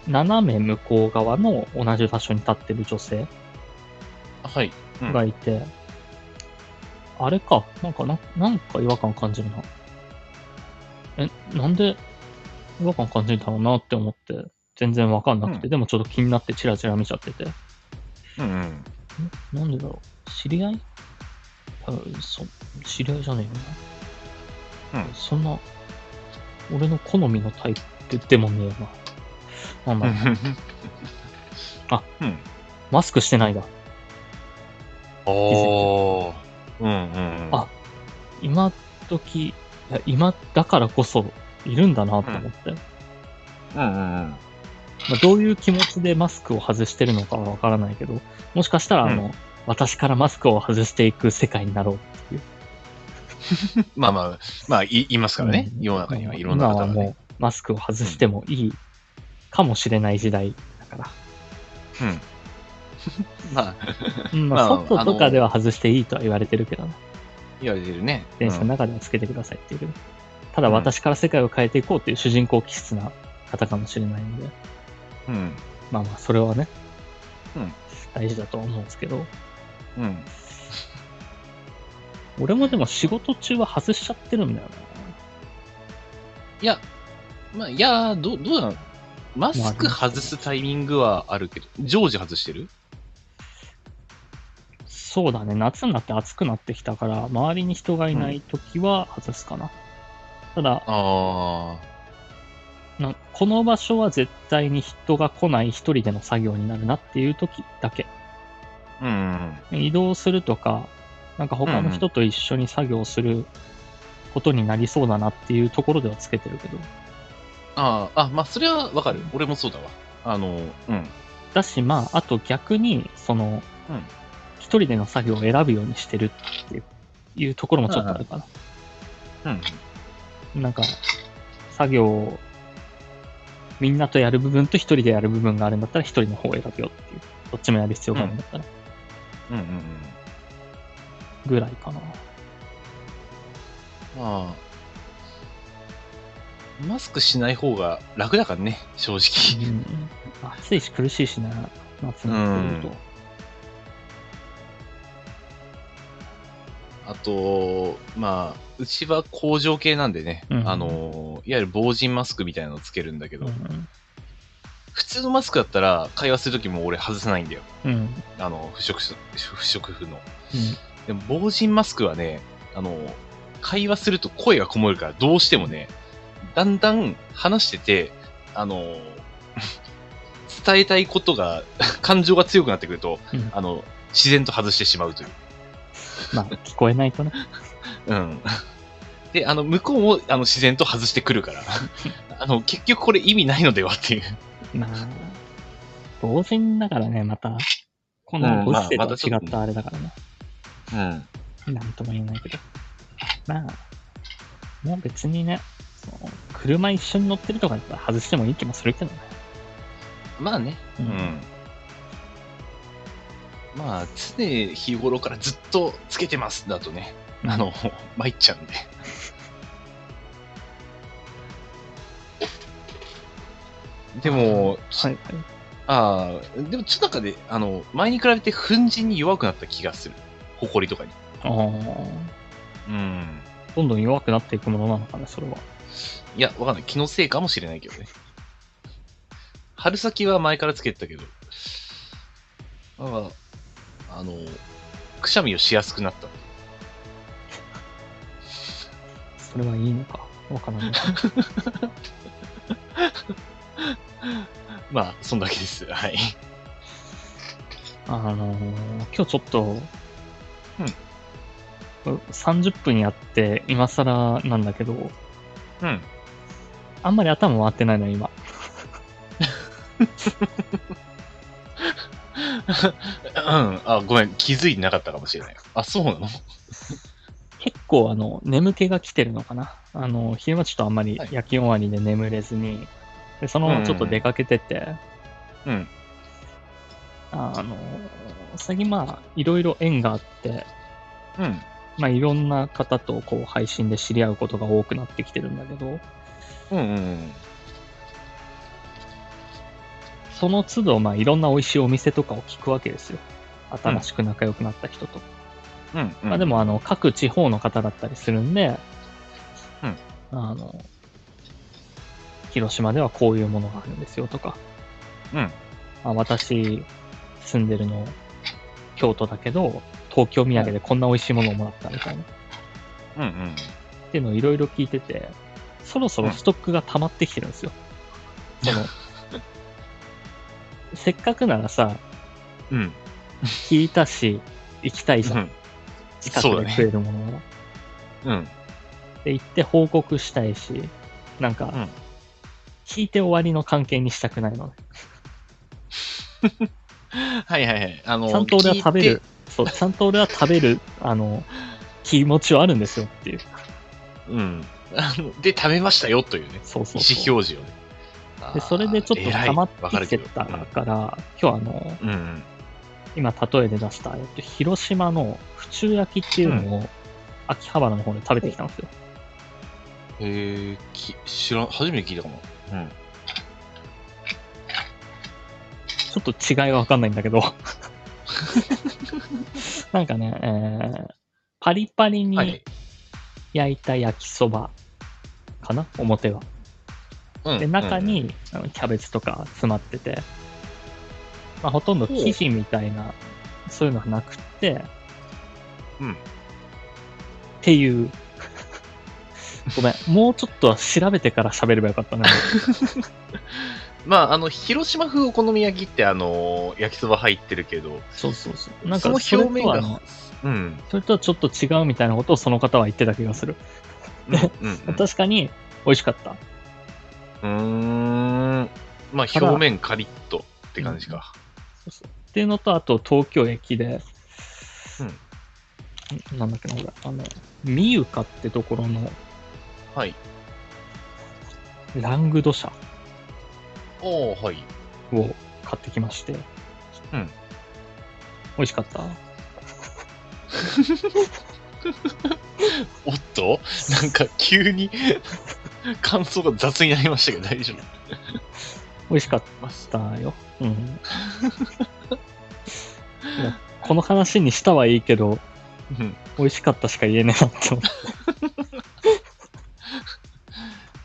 S1: 斜め向こう側の同じ場所に立ってる女性
S2: はい。うん
S1: がいて、あれか、なんかな、なんか違和感感じるな。え、なんで違和感感じるんだろうなって思って、全然わかんなくて、
S2: う
S1: でもちょっと気になってチラチラ見ちゃってて、
S2: うんうん。
S1: んなんでだろう、知り合いあそ知り合いじゃねえよな。
S2: うん
S1: そんな、俺の好みのタイプでもねえな。なんだろうあ、
S2: うん。
S1: マスクしてないだ。
S2: おー。うんうんうん。
S1: あ今時、いや今だからこそいるんだなと思って。ま
S2: うんうんうん。
S1: あ、どういう気持ちでマスクを外してるのかはわからないけど、もしかしたら、あの、私からマスクを外していく世界になろうっていう。
S2: まあまあ、まあ、いいますからね。
S1: うん
S2: 世の中にはいろんな方
S1: 今は
S2: が
S1: も
S2: ね
S1: う。マスクを外してもいいかもしれない時代だから。
S2: (laughs) うん。まあ、
S1: うんまあ、
S2: まあ
S1: 外とかでは外していいとは言われてるけどね。
S2: 言われてるね。
S1: 電車の中ではつけてくださいっていうけど。ただ私から世界を変えていこうっていう主人公気質な方かもしれないんで。
S2: うん。
S1: まあまあ、それはね、
S2: うん
S1: 大事だとは思うんですけど、
S2: うん。
S1: 俺もでも仕事中は外しちゃってるんだよ
S2: いや、まあ、いやー、どう、どうなのマスク外すタイミングはあるけど、常時外してる
S1: な。そうだね、夏になって暑くなってきたから、周りに人がいないときは外すかな。ただ、
S2: あ
S1: なこの場所は絶対に人が来ない一人での作業になるなっていう時だけ。
S2: うん。
S1: 移動するとか、なんか他の人と一緒に作業することになりそうだなっていうところではつけてるけど。
S2: ああ、あ、まあ、それはわかる。俺もそうだわ。あの、うん。
S1: だし、まあ、あと逆に、その、
S2: うん
S1: 一人での作業を選ぶようにしてるっていうところもちょっとあるかな。
S2: うん。
S1: なんか、作業をみんなとやる部分と一人でやる部分があるんだったら一人の方を選ぶよっていう。どっちもやる必要があるんだったら。
S2: うんうんうん。
S1: ぐらいかな。
S2: まあ、マスクしない方が楽だからね、正
S1: う
S2: 直。
S1: ん、暑いし苦しいしな、夏になってくると。
S2: あと、まあ、うちは工場系なんでね、
S1: うん
S2: あの、いわゆる防塵マスクみたいなのをつけるんだけど、
S1: うん
S2: 普通のマスクだったら会話するときも俺外せないんだよ。
S1: うんうん
S2: あの、不織布、不織布の。でも、防塵マスクはね、あの、会話すると声がこもるから、どうしてもね、だんだん話してて、あの、 (laughs) 伝えたいことが、 (laughs) 感情が強くなってくると、
S1: うん
S2: あの、自然と外してしまうという。
S1: まあ、聞こえないとね。
S2: うん。で、あの、向こうも、あの、自然と外してくるから、あの、結局これ意味ないのではっていう。
S1: まあ、同人だからね、また。こ
S2: うんま
S1: の
S2: あ
S1: ご時世
S2: また
S1: と
S2: ち
S1: 違
S2: ょっ
S1: っ
S2: とね
S1: たあれだからね。
S2: うん。
S1: なんとも言えないけど。まあ、もう別にね、その車一緒に乗ってるとかだったら外してもいい気もするけどね。
S2: まあね。
S1: う
S2: うん。まあ、常日頃からずっとつけてますだとね、あの、参っちゃうんで。で
S1: はい
S2: も、
S1: はい。
S2: ああ、でもちょっとなんかね、あの、前に比べて粉塵に弱くなった気がする。ほこりとかに。
S1: ああ、
S2: うん。
S1: どんどん弱くなっていくものなのかね、それは。
S2: いや、わかんない。気のせいかもしれないけどね。春先は前からつけてたけど、なんか、あの、くしゃみをしやすくなった。
S1: それはいいのか。わから
S2: (laughs)
S1: ない。
S2: まあ、そんだけです。はい。
S1: あのー今日ちょっと、うん、30分やって、今更なんだけど、
S2: うん。
S1: あんまり頭回ってないの、今。
S2: あ、ごめん。気づいてなかったかもしれない。あ、そうなの
S1: 結構、あの、眠気が来てるのかな。あの、昼間ちょっとあんまり
S2: はい
S1: 夜勤終わりで眠れずに、でそのままちょっと出かけてて、
S2: うん。
S1: あのー、最近まあ、いろいろ縁があって、
S2: うん。
S1: まあ、いろんな方とこう、配信で知り合うことが多くなってきてるんだけど、
S2: うんうん
S1: その都度、まあ、いろんな美味しいお店とかを聞くわけですよ。新しく仲良くなった人と。
S2: うん。うん。うん
S1: まあ、で、も、あの、各地方の方だったりするんで、
S2: うん
S1: あの、広島ではこういうものがあるんですよとか、
S2: うん。
S1: あ私、住んでるの、京都だけど、東京土産でこんな美味しいものをもらったみたいな、
S2: うんうん。
S1: っていうのをいろいろ聞いてて、そろそろストックが溜まってきてるんですよ。その、せっかくならさ、
S2: うん。
S1: 聞いたし、行きたいじゃん。近
S2: そ
S1: く
S2: うだ
S1: で
S2: ね
S1: 食えるものは。
S2: うん。
S1: で、行って報告したいし、なんか、
S2: うん
S1: 聞いて終わりの関係にしたくないのね。
S2: はいはいはい。あの、
S1: ちゃんと俺は食べ
S2: 聞い
S1: る
S2: て。、
S1: そう、ちゃんと俺は食べる、 (laughs) あの、気持ちはあるんですよっていう。
S2: うん。あので、食べましたよというね。
S1: そうそう
S2: 意
S1: そう
S2: 思表示をね。あー
S1: で、それでちょっと
S2: 偉い
S1: 溜まって
S2: わか
S1: き
S2: る
S1: て
S2: け
S1: た
S2: ど
S1: から、今日あの、
S2: うんうん。
S1: 今例えで出した、えっと、広島の府中焼きっていうのを、秋葉原の方で食べてきたんですよ。
S2: へえ、き知らん、初めて聞いたかも。うん。
S1: ちょっと違いはわかんないんだけ
S2: (laughs)
S1: ど。なんかね、えーパリパリ
S2: は
S1: に
S2: い。
S1: 焼いた焼きそばかな、表は。
S2: うん
S1: で、中、にあのキャベツとか詰まってて、まあ、ほとんど生地みたいな、そういうのはなくって、
S2: うん。
S1: っていう (laughs) ごめん、もうちょっとは調べてから喋ればよかった
S2: (laughs)
S1: な。
S2: まあ、あの、広島風お好み焼きって、あの、焼きそば入ってるけど、
S1: そうそうそう。なん
S2: そ
S1: か
S2: の
S1: そ
S2: 表
S1: れと
S2: 面が
S1: はね、
S2: うん。
S1: それとはちょっと違うみたいなことをその方は言ってた気がする。
S2: うん
S1: (laughs)
S2: うんうん
S1: 確かに、美味しかった。
S2: うーん。まあ、
S1: ただ
S2: 表面カリッとって感じか。
S1: そうそうっていうのと、あと東京駅で、んなんだっけな、これ、あの、みゆかってところの
S2: はい。
S1: ラングド社
S2: ああ、はい。
S1: を買ってきまして。
S2: うん。
S1: 美味しか
S2: (laughs)
S1: った。
S2: おっと (laughs) なんか急に (laughs) 感想が雑になりましたけど大丈夫
S1: 美味しかったよ。うん。 (laughs) いやこの話にしたはいいけど、
S2: うん
S1: 美味しかったしか言えねえなって思っ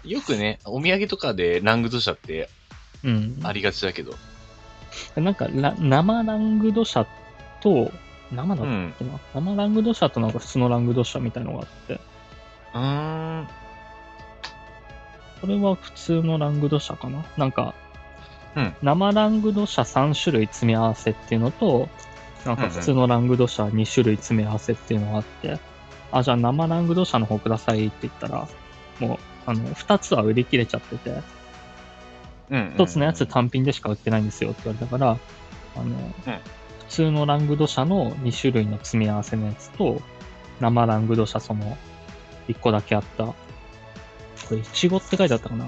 S1: て。
S2: よくね、お土産とかでラングド社って (laughs)
S1: うん。
S2: ありがちだけど。
S1: なんかラ、生ラングドシャと、生だ
S2: う
S1: っ
S2: ん。
S1: けな、生ラングドシャとなんか普通のラングドシャみたいのがあって、
S2: うーん。
S1: これは普通のラングドシャかななんか、
S2: うん
S1: 生ラングドシャ3種類詰め合わせっていうのと、なんか普通のラングドシャ2種類詰め合わせっていうのがあって、あ、じゃあ生ラングドシャの方くださいって言ったら、もう、あの、2つは売り切れちゃってて、
S2: うん。
S1: 一つのやつ単品でしか売ってないんですよって言われたから、あの、普通のラングド社の2種類の詰め合わせのやつと、生ラングド社その1個だけあった、これ、いちごって書いてあったかな。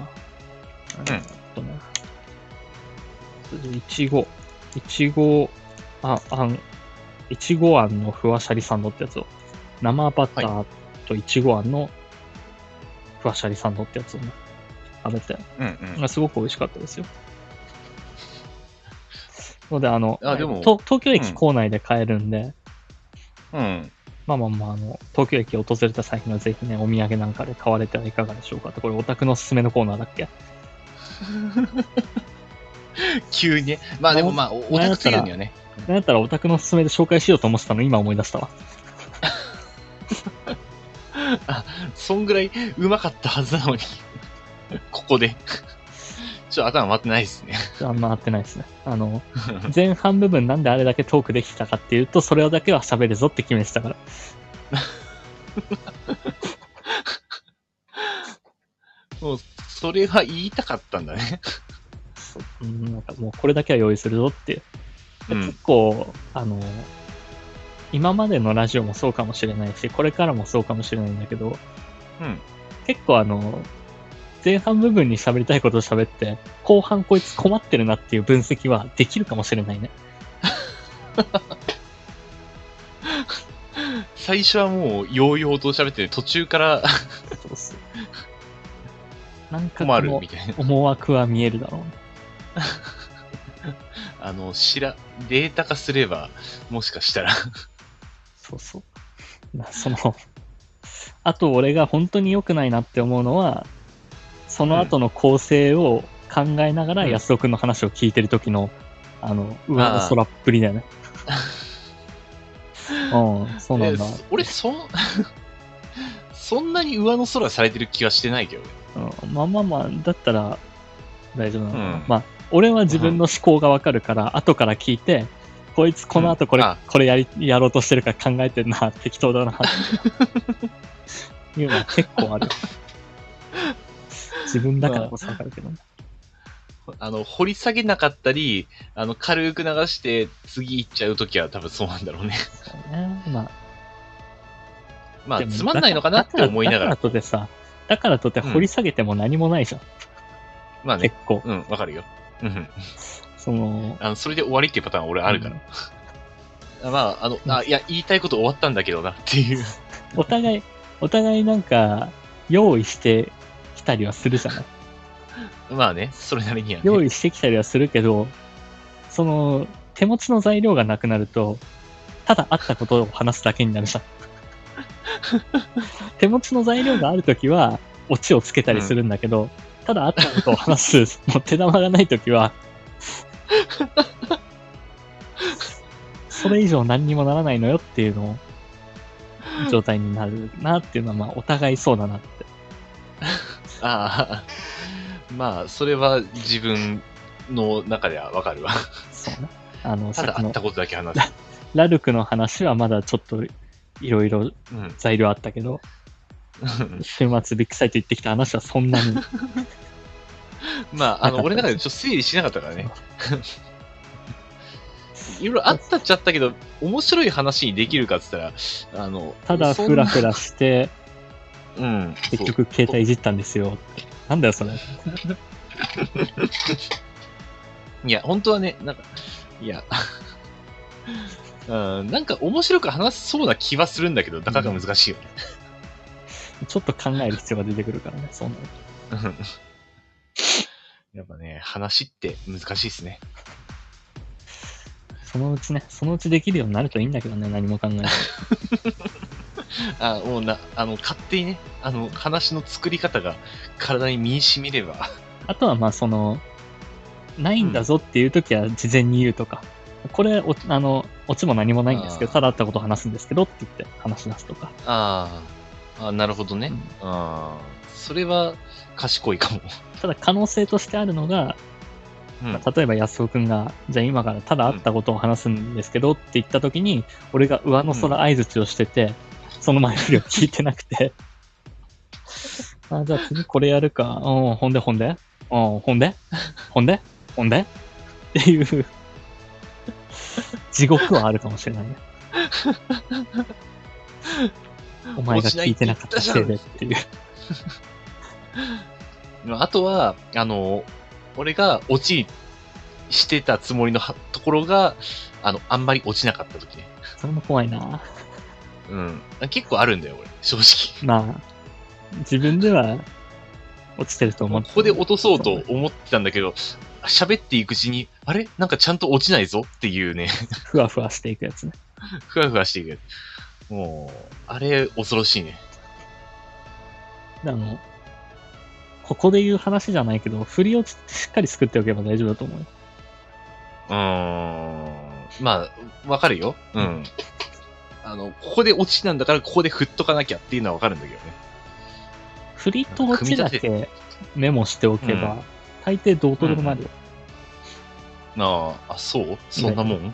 S1: えーっとね。いちご。いちご、あ、あん、いちごあんのふわシャリサンドってやつを。生バターといちごあんのふわシャリサンドってやつをね、食べて。
S2: うんうん。
S1: すごく美味しかったですよ。ので、あの、
S2: あでも
S1: と東京
S2: う
S1: 駅
S2: ん
S1: 構内で買えるんで、
S2: うん。
S1: まあまあまあ、あの、東京駅を訪れた際にはぜひね、お土産なんかで買われてはいかがでしょうかって、これオタクのおすすめのコーナーだっけ
S2: 急にね。まあでもまあ、おオタクというにはね。
S1: なんやったらオタクのおすすめで紹介しようと思ってたの今思い出したわ。
S2: そんぐらいうまかったはずなのに。 (laughs) ここで。 (laughs) ちょっと頭回ってないですね。
S1: あんま合ってないですね。あ
S2: (laughs)
S1: の、前半部分なんであれだけトークできたかっていうと、それだけは喋るぞって決めてたから。
S2: もう、それは言いたかったんだね。
S1: そううんなんかもうこれだけは用意するぞっていう
S2: うん。
S1: 結構、あの、今までのラジオもそうかもしれないし、これからもそうかもしれないんだけど、
S2: うん。
S1: 結構あの、前半部分に喋りたいことを喋って、後半こいつ困ってるなっていう分析はできるかもしれ
S2: (laughs)
S1: ないね。
S2: 最初はもう、ようようと喋って、途中から (laughs)
S1: そうっす。なんか
S2: 困
S1: こ
S2: る
S1: の
S2: みたい
S1: (laughs)
S2: な。
S1: 思惑は見えるだろうね。
S2: あの、知ら、データ化すれば、もしかしたら。
S1: そうそう。なその、あと俺が本当に良くないなって思うのは、その後の構成を考えながら
S2: うん
S1: 安尾くんの話を聞いてる時の、あの、上
S2: あ
S1: の
S2: あ
S1: 空っぷりだ
S2: (laughs)
S1: よね。うん、そうなんだ。
S2: えー (laughs) 俺、そん、そんなに上の空されてる気はしてないけどね。
S1: うん、まあまあまあ、だったら大丈夫なのかな、
S2: うん
S1: まあ、俺は自分の思考がわかるから、後から聞いて、こいつこの後これ、
S2: うんあ
S1: これやり、やろうとしてるから考えてんな、適当
S2: (laughs)
S1: だな、いうのは結構ある。自分だからこそわかるけどね。
S2: あの、掘り下げなかったり、あの、軽く流して、次行っちゃうときは多分そうなんだろうね。 (laughs)
S1: そうねまあ、
S2: まあ、
S1: でも
S2: つまんないのかなって思いながら。
S1: だからだからとてさ、だからとて掘り下げても何もないじゃん、
S2: まあね
S1: 結、構。
S2: うん、わかるよ。うん。
S1: その、
S2: あの、それで終わりっていうパターンは俺あるから。あまあ、あの、あ、いや、言いたいこと終わったんだけどなっていう。 (laughs)
S1: お互い、お互いなんか、用意してきたりはするじゃない
S2: まあね、それなりにはね。
S1: 用意してきたりはするけど、その、手持ちの材料がなくなると、ただあったことを話すだけになるじゃん。手持ちの材料があるときは、オチをつけたりするんだけど、ただあったことを話す、もう手玉がないときは、それ以上何にもならないのよっていうのを、状態になるなっていうのは、まあ、お互いそうだなって
S2: ああ、 (laughs) まあ、それは自分の中ではわかるわ。
S1: そうね。あの、さ
S2: た
S1: っ
S2: だ
S1: き
S2: 会っ
S1: の
S2: たことだけ話す。
S1: ラルクの話はまだちょっといろいろ
S2: うん。 (laughs)
S1: 材料あったけど、週末ビッグサイト行ってきた話はそんなに。
S2: まあ、あの、
S1: なかったです
S2: 俺の中でちょっと整理しなかったからね。いろいろあったっちゃったけど、面白い話にできるかっつったら、あの、
S1: ただ
S2: そん
S1: フ
S2: な
S1: ラフラして、
S2: うん。
S1: 結局携帯いじったんですよって。なんだよ、それ。
S2: いや、本当はね、なんか、いや、 (laughs) うん、なんか面白く話せそうな気はするんだけど、なかなか難しいよね。
S1: ちょっと考える必要が出てくるからね、そんなの。
S2: うんやっぱね、話って難しいですね。
S1: そのうちね、そのうちできるようになるといいんだけどね、何も考えない。
S2: あ、もうな、あの、勝手にね、あの、話の作り方が体に身に染みれば、
S1: あとはまあ、その、ないんだぞっていう時は事前に言うとか、これお、あの、オチも何もないんですけ
S2: あ
S1: ど、
S2: ー
S1: ただあったことを話すんですけどって言って話し出すとか。
S2: あーあ、なるほどね。
S1: うん
S2: ああ、それは賢いかも。
S1: ただ可能性としてあるのが、
S2: うん、
S1: 例えば安尾くんが、じゃあ今からただあったことを話すんですけどって言った時に、俺が上の空合図をしてて、その前振りを聞いてなくて、あ、じゃあ次これやるか。うん、ほんでほんでうん、ほんでほんでほんでっていう、地獄はあるかもしれ (laughs) ないね。お前が聞いてなかったせいでっていう。
S2: あとは、あの、俺が落ちしてたつもりのはところが、あの、あんまり落ちなかった時ね。
S1: それも怖いな
S2: うん。結構あるんだよ、俺。正直。
S1: まあ、自分では落ちてると思
S2: こ
S1: って。
S2: こで落とそうと思ってたんだけど、喋っていくうちに、あれなんかちゃんと落ちないぞっていうね、 (laughs)
S1: ふわふわしていくやつね。
S2: ふわふわしていくやつ。もう、あれ、恐ろしいね。
S1: であの、ここで言う話じゃないけど、振りをしっかり作っておけば大丈夫だと思うよ。
S2: うーん。まあ、わかるよ。うん。あの、ここで落ちなんだから、ここで振っとかなきゃっていうのはわかるんだけどね。
S1: 振りと落ちだけメモしておけば、
S2: うん
S1: 大抵どうとでもなるよ。
S2: なあ、あ、そうそんなもん
S1: うん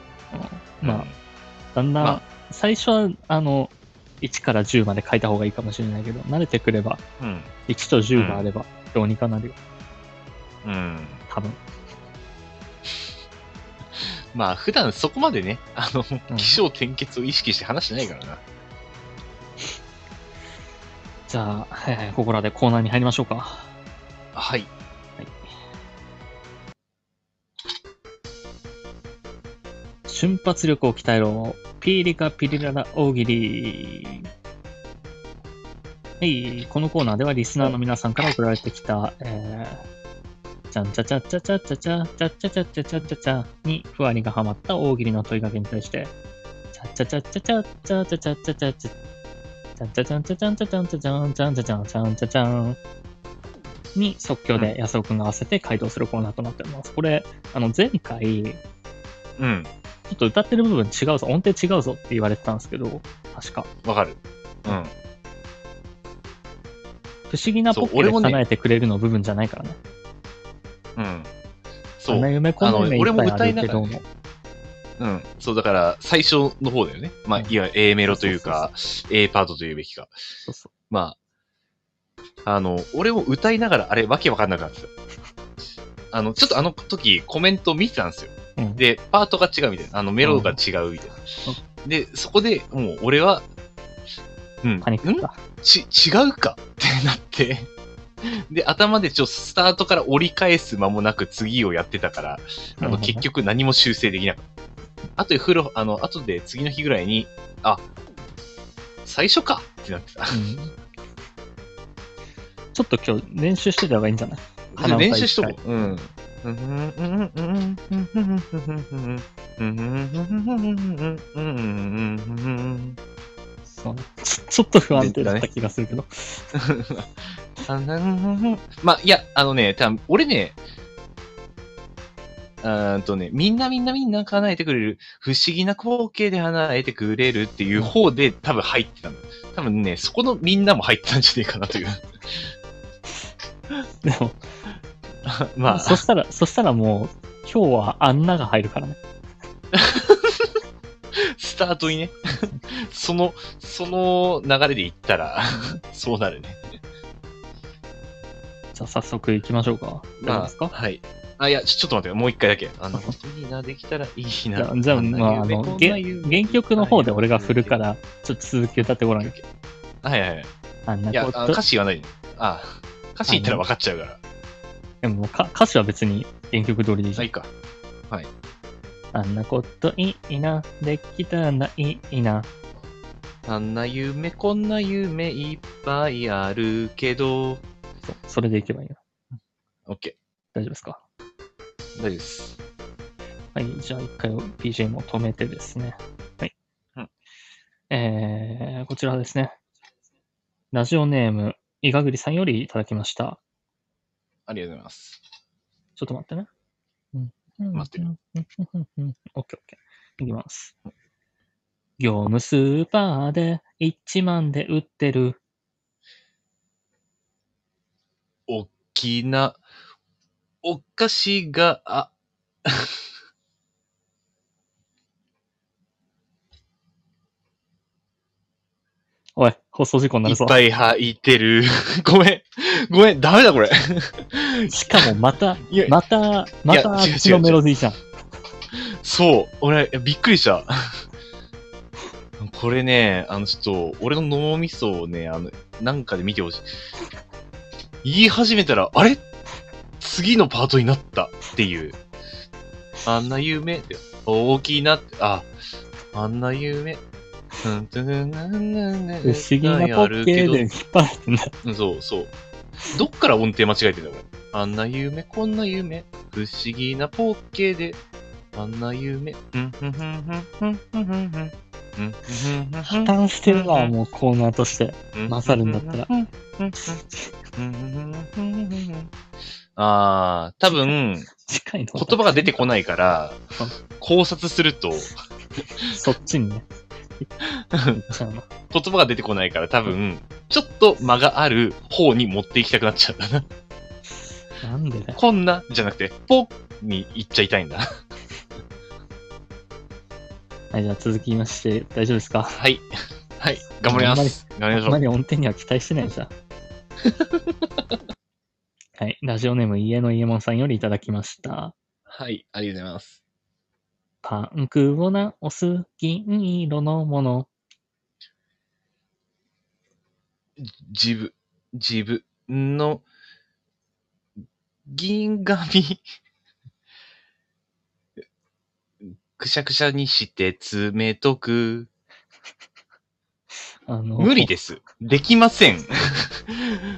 S1: まあ、だんだん、
S2: まあ
S1: 最初は、あの、1から10まで書いた方がいいかもしれないけど、慣れてくれば、
S2: うん。
S1: 1と10があれば、どうにかなるよ、
S2: うん。
S1: 多分。
S2: まあ、普段そこまでね、 (laughs) あの
S1: う、ん
S2: 気象転結を意識して話してないからな。
S1: じゃあ、はいはい、ここらでコーナーに入りましょうか。
S2: はい。
S1: 瞬発力を鍛えろ。ピーリカピリララ大喜利。はい、このコーナーではリスナーの皆さんから送られてきた、えー、ちゃんちゃちゃちゃちゃちゃちゃちゃちゃちゃちゃちゃちゃちゃにふわりがハマった大喜利の問いかけに対して、ちゃちゃちゃちゃちゃちゃちゃちゃちゃちゃちゃちゃちゃちゃちゃちゃちゃちゃちゃちゃちゃちゃちゃちゃちゃんに即興で安尾くんが合わせて回答するコーナーとなっております。これ、あの前回、
S2: うん。
S1: ちょっと歌ってる部分違うぞ、音程違うぞって言われてたんですけど、確か。
S2: わかる。うん。
S1: 不思議なポッ
S2: そう
S1: ケ
S2: 俺
S1: で
S2: もね
S1: 叶えてくれるの部分じゃないからね。
S2: うん。そ
S1: あんな
S2: う。
S1: 夢こんな夢いっぱいあるけど
S2: あの俺も歌いながら
S1: も。
S2: うん。そう、だから、最初の方だよね。まあ、
S1: うん
S2: いわゆる A メロというか、A パートというべきか。
S1: そうそ
S2: まあ、あの、俺も歌いながら、あれ、わけわかんなくなってた。あの、ちょっとあの時、コメント見てたんですよ。
S1: う。うん、
S2: で、パートが違うみたいな。あの、メロが違うみたいな。で、そこで、もう、俺は、うん。
S1: パニックだ。
S2: ち、違うかってなって、で、頭でちょ、スタートから折り返す間もなく次をやってたから、あ
S1: うんう
S2: の、
S1: んうん
S2: 結局何も修正できなかった。あとで風呂、あの、後で次の日ぐらいに、あ、最初かってなってた。
S1: うんちょっと今日練習してた方がいいんじゃない鼻歌
S2: 練習しとこう。うん。
S1: そうねちょちょっと不安定だった気がするけど。
S2: (laughs) まあ、いや、あのね、たぶ俺ね、うーんとね、みんなみんなみんな叶えてくれる、不思議な光景で叶えてくれるっていう方で多分入ってたの。多分ね、そこのみんなも入ってたんじゃねえかなという。
S1: でも、
S2: (laughs) まあ、
S1: そしたら、そしたらもう、今日はあんなが入るからね。
S2: スタートにね、 (laughs) その、その流れで行ったら、 (laughs) そうなるね。
S1: じゃあ早速行きましょうか。大丈夫ですか、
S2: はい。あ、いや、ちょちょっと待って、もう一回だけ。
S1: (laughs)
S2: あの、いいな、できたらいい
S1: じゃ
S2: な。
S1: あ、じゃあ、
S2: んな
S1: まあ、あ
S2: 夢
S1: の、
S2: こんな
S1: 原
S2: 夢
S1: 原曲の方で俺が振るから、ちょっと続き歌ってごらんよ。
S2: はいはいはい。
S1: あんない
S2: や、あ
S1: こと
S2: 歌詞言わないで。あ歌詞言ったら分かっちゃうから。
S1: でもか歌詞は別に原曲通りでいいじ
S2: あ、
S1: ゃ
S2: い
S1: ん
S2: いか。
S1: あんなこといいな、できたらいいな。
S2: あんな夢、こんな夢いっぱいあるけど。
S1: そうそれでいけばいいな。
S2: オッケ
S1: 大丈夫ですか
S2: ー。大丈夫です。
S1: はい、じゃあ一回 BGM を止めてですね。はい。
S2: うん
S1: えー、こちらですね。ラジオネーム、いがぐりさんよりいただきました。
S2: ありがとうございます。
S1: ちょっと待ってね。うん
S2: 待ってる。
S1: うんうんうんうんオッケーオッケー。いきます。業務スーパーで1万で売ってる。
S2: おっきな、お菓子が、あ、
S1: おい、放送事故にないる
S2: っ
S1: ぞ。
S2: ぱい入ってる。 (laughs) ごめん。ごめん。ダメだ、これ。
S1: (laughs) しかもまた、
S2: いや、
S1: また、またあ
S2: 違う違う
S1: っちのメロディーじゃん。
S2: そう。俺、びっくりした。 (laughs) これね、あの、ちょっと、俺の脳みそをね、あの、なんかで見てほしい。言い始めたら、あれ次のパートになったっていう。あんな夢って、大きな、あ、あんな夢。不思
S1: 不思
S2: 議
S1: 議なポッケで引っ張られてんだ。
S2: うんそうそう。どっから音程間違えてんだ、これ。あんな夢、こんな夢、不思議なポッケで、あんな夢、うん、ふんふんふんふんふんふんふん、うん、ふんふんふ
S1: 破
S2: ん
S1: 綻してるわ、もうコーナーとして。
S2: ふん、
S1: 勝るんだったら
S2: うん。うんうんうんうんうんうんあー、多分、
S1: 近いの
S2: 言葉が出てこないから
S1: うん、
S2: 考察すると、
S1: そっち
S2: (laughs)
S1: にね。行っちゃうの
S2: 言葉が出てこないから多分、ちょっと間がある方に持っていきたくなっちゃうんだな。
S1: なんでだよ。
S2: こんな、じゃなくて、ポッに行っちゃいたいんだ。
S1: はい、じゃあ続きまして、大丈夫ですか
S2: はい。はい。頑張ります。頑
S1: あ
S2: 張りま
S1: ん
S2: しょ
S1: ま
S2: う。
S1: り音程には期待してない
S2: (laughs)
S1: じゃん。はい、ラジオネーム、家の家門さんよりいただきました。
S2: はい。ありがとうございます。
S1: パンクをなおす銀色のもの。
S2: 自分、自分の、銀紙、くしゃくしゃにして詰めとく。
S1: あの
S2: 無理です。できません。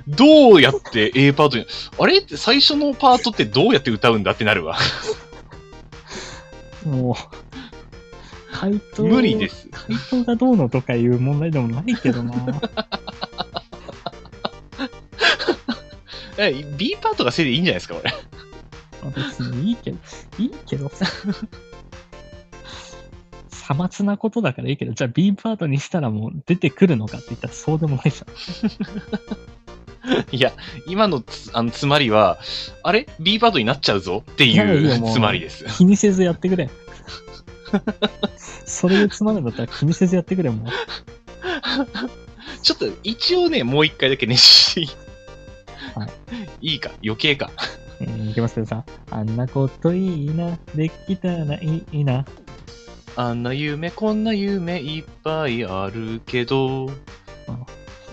S2: どうやって A パートに、あれって最初のパートってどうやって歌うんだってなるわ。
S1: もう、回答
S2: 無理です。
S1: 回答がどうのとかいう問題でもないけどな。
S2: え B パートがせいでいいんじゃないですか、これ。
S1: 別にいいけど、いいけどさ。さまつなことだからいいけど、じゃあ B パートにしたらもう出てくるのかって言ったらそうでもないじゃ
S2: いや、今のつあのつまりは、あれ ?B パートになっちゃうぞって
S1: いやい
S2: い
S1: や
S2: う
S1: もう
S2: つまりです
S1: ん。。気にせずやってくれ。それでつまるんだったら気にせずやってくれ、もう。
S2: ちょっと一応ね、もう一回だけ熱していい、、
S1: はい
S2: いか、余計か。
S1: えーいきますけどさ、あんなこといいな、できたらいいな。
S2: あんな夢、こんな夢いっぱいあるけど
S1: うん。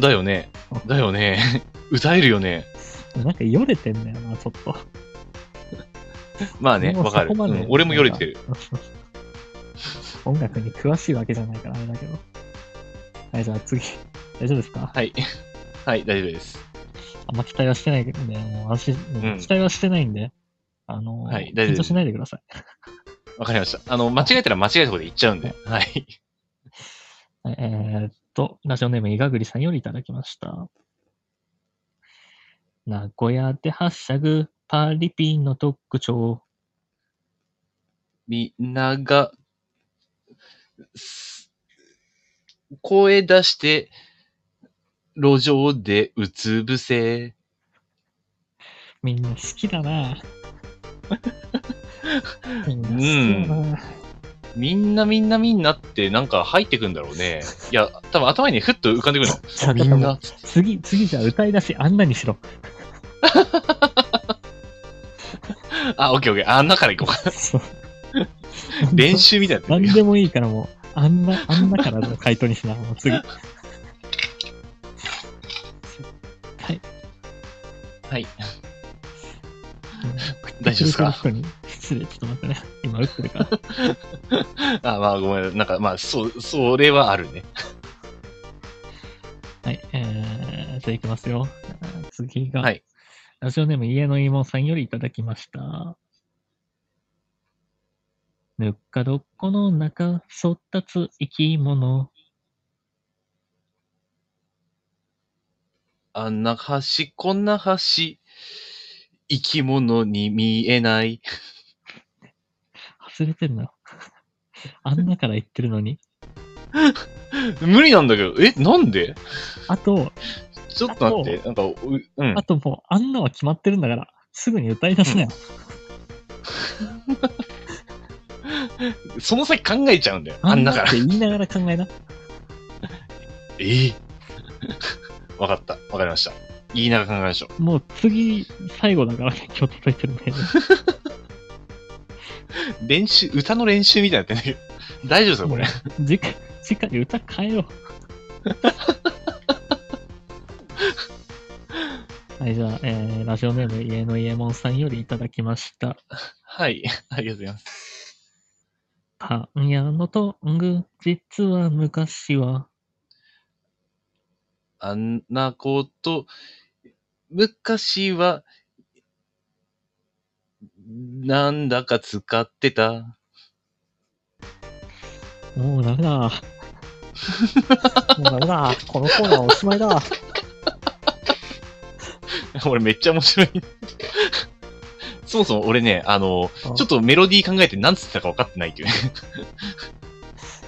S2: だよね
S1: う。ん
S2: だよね。 (laughs) 歌えるよね。
S1: なんかよれてんだよな、ちょっと。
S2: まあね、
S1: もう
S2: わかる、
S1: そこまで
S2: うん俺もよれてる。
S1: 音楽に詳しいわけじゃないからあれだけど。はい、じゃあ次。大丈夫ですか
S2: はい。 (laughs) はい、大丈夫です。
S1: あんま期待はしてないけどね、もう私、もう期待はしてないんで、あの、
S2: はい大丈夫
S1: 緊張しないでください。
S2: わかりました。あの、間違えたら間違えたこと言っちゃうんで。はい。
S1: えーっと、ラジオネーム、いがぐりさんよりいただきました。名古屋でハッシャグ、パリピンの特徴。
S2: みんなが、す声出して、路上でうつ伏せ。
S1: みんな好きだ
S2: (laughs)
S1: な。みんな好きだ (laughs) な。
S2: みんなみんなみんなってなんか入ってくんだろうね。いや、多分頭にふっと浮かんでくる
S1: そう
S2: の。みんな。
S1: 次、次じゃあ歌い出しあんなにしろ。
S2: あ、オッケーオッケー。あんなから行こうか。
S1: そう
S2: (laughs) 練習みたいになって
S1: 何
S2: るよ。
S1: でもいいからもう、あんな、あんなからの回答にしな、もう次。はい。
S2: はい。大丈夫ですか
S1: 聞いてる人に失礼、ちょっと待ってね。今打ってるから。
S2: あ、まあごめん。なんかまあ、そう、それはあるね。
S1: はい。えー、じゃあいきますよ。えー次が、
S2: はい
S1: ラジオネーム家の妹さんよりいただきました。ぬっかどっこの中、そったつ生き物。
S2: あんな橋、こんな橋。生き物に見えない。
S1: 外れてるな。 (laughs) あんなから言ってるのに。
S2: 無理なんだけど。え、なんで
S1: あと、
S2: ちょっと待って。なんか、ううん
S1: あ。ともう、あんなは決まってるんだから、すぐに歌い出しなよ。
S2: その先考えちゃうんだよ。あんなか
S1: っ
S2: ら。
S1: て言いながら考えな。
S2: ええわかった。わかりました。言いながら考えましょう。
S1: もう次、最後だからね、今日叩いてるんだけど。
S2: 練習、歌の練習みたいになってんだけど。大丈夫ですかこれ。
S1: 次回、次回歌変えよう。 (laughs) はい、じゃあ、えー、ラジオネーム、家の家門さんよりいただきました。
S2: はい。ありがとうございます。
S1: パン屋のトング、実は昔は、
S2: あんなこと、昔は、なんだか使ってた。
S1: もうダメ
S2: (laughs)
S1: だ。もうダメだ。このコーナーおしまい
S2: (laughs)
S1: だ。
S2: 俺めっちゃ面 (laughs) 白い。そもそも俺ね、あの、
S1: あ
S2: ちょっとメロディー考えて何つってたか分かってないっていうね。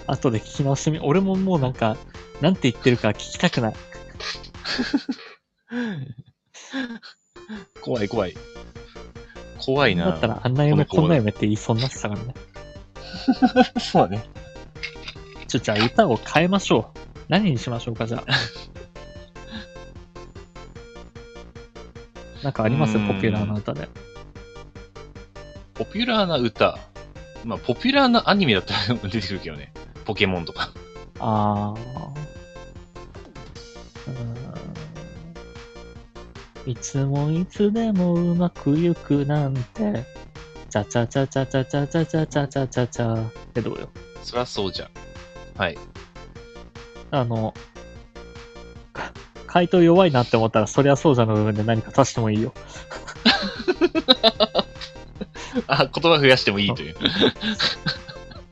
S1: 後で聞き直してみ、俺ももうなんか、なんて言ってるか聞きたくない。
S2: 怖い怖い。怖い
S1: だ
S2: な
S1: ったら、あんな嫁
S2: このコ
S1: こ
S2: ーナ
S1: んな
S2: ー
S1: 嫁って言いそうになってたからね。
S2: そうだね。
S1: ちょ、じゃあ歌を変えましょう。何にしましょうか、じ
S2: (laughs)
S1: ゃあ。なんかあります
S2: うーん
S1: ポピュラーな歌で。
S2: ポピュラーな歌。まあ、ポピュラーなアニメだったら出てくるけどね。ポケモンとか。
S1: あー。うーんいつもいつでもうまくゆくなんて、ちゃちゃちゃちゃちゃちゃちゃちゃちゃちゃちゃちゃってどうよ。
S2: そりゃそうじゃん。
S1: あの、か (laughs) 回答弱いなって思ったら、そりゃそうじゃの部分で何か足してもいいよ。
S2: あ、言葉増やしてもいいという。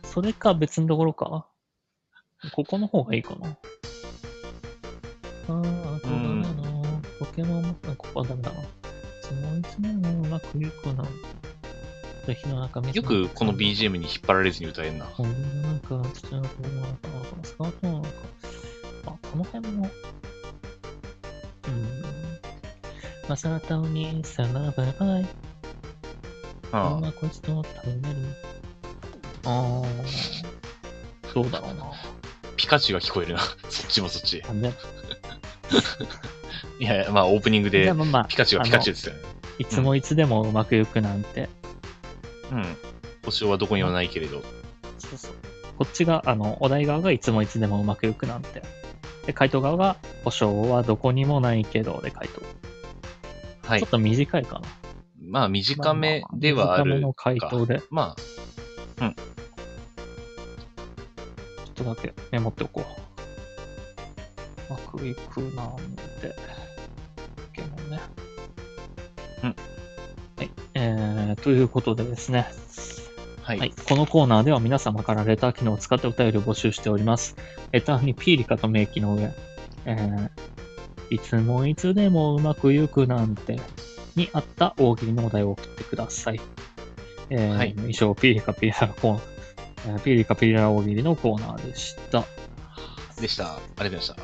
S1: それか別のところか。ここの方がいいかな。ああ、こんなの、ポケモンも、あここはダメだな。そのいつもうまくいくな。火の中
S2: よくこの BGM に引っ張られずに歌えんな。
S1: こんな中、土の子の中、このスカートの中。あ、この辺も。うん。マサタウにさらばバイ。こん
S2: あ
S1: なこいつと食べれる。ああ。どうだろうな。
S2: あピカチュウが聞こえるな。 (laughs) そっちもそっち。
S1: なんで
S2: いやいや、まあオープニング
S1: じゃ
S2: で
S1: あまあまあ、
S2: ピカチュウがピカチュウって
S1: いつもいつでもうまくいくなんて、
S2: 言ってたよね。うん。保証はどこにはないけれど。
S1: そうそうこっちが、あの、お題側がいつもいつでもうまくいくなんて。で、回答側が、保証はどこにもないけど、で回答。
S2: は
S1: ちょ
S2: い
S1: っ。と短いかな。
S2: まあ短めではあ
S1: 短め
S2: る
S1: の回
S2: か。
S1: 答で、ち
S2: ま
S1: ょっとだけメモっておこう。うまくいくなんて。ポケモンね。
S2: うん。
S1: はい。えー、ということでですね。
S2: あ、は
S1: はい
S2: い。、
S1: このコーナーでは皆様からレター機能を使ってお便りを募集しております。レターにピーリカと明記の上、えーいつもいつでもうまくいくなんてにあった大喜利のお題を送ってください。えー
S2: はい
S1: 以上、ピーリカピリラコーナー、えーピーリカピリラ大喜利のコーナーでした。
S2: でした。ありがとうございまし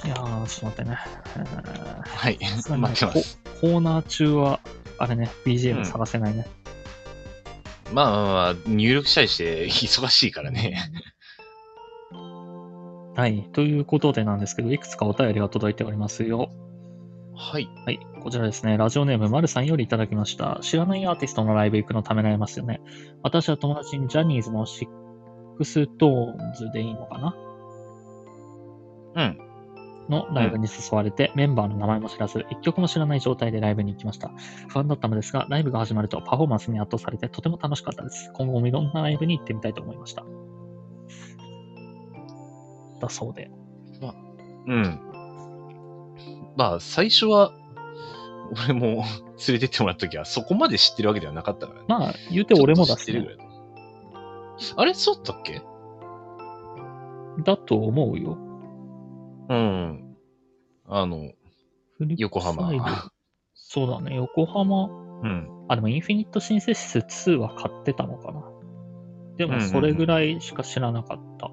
S2: た。
S1: いやー、ちょっと待ってね。えー
S2: はい。
S1: さすがにね
S2: (laughs) 待ってます。
S1: こコーナー中は、あれね、BGM 探せないね。
S2: まあまあまあ、入力したりして忙しいからね。
S1: (laughs) はい。ということでなんですけど、いくつかお便りが届いておりますよ。
S2: はい。
S1: はい。こちらですね。ラジオネーム、まるさんよりいただきました。知らないアーティストのライブ行くのためらいますよね。私は友達にジャニーズのシックストーンズでいいのかな
S2: うん。
S1: のライブに誘われて、メンバーの名前も知らず、一曲も知らない状態でライブに行きました。不安だったのですが、ライブが始まるとパフォーマンスに圧倒されてとても楽しかったです。今後もいろんなライブに行ってみたいと思いました。だそうで。
S2: うん。まあ、最初は、俺も連れてってもらった時は、そこまで知ってるわけではなかったからね。
S1: まあ、言うて俺もだ
S2: ちょっ
S1: し
S2: と知っ
S1: てね、
S2: るぐらいだあれ、そうだったっけ
S1: だと思うよ。
S2: うん。あの、横浜
S1: フリップサイド。そうだね、横浜。
S2: うん。
S1: あ、でもインフィニットシンセシス2は買ってたのかな。で
S2: うん
S1: も
S2: うんうん
S1: それぐらいしか知らなかった。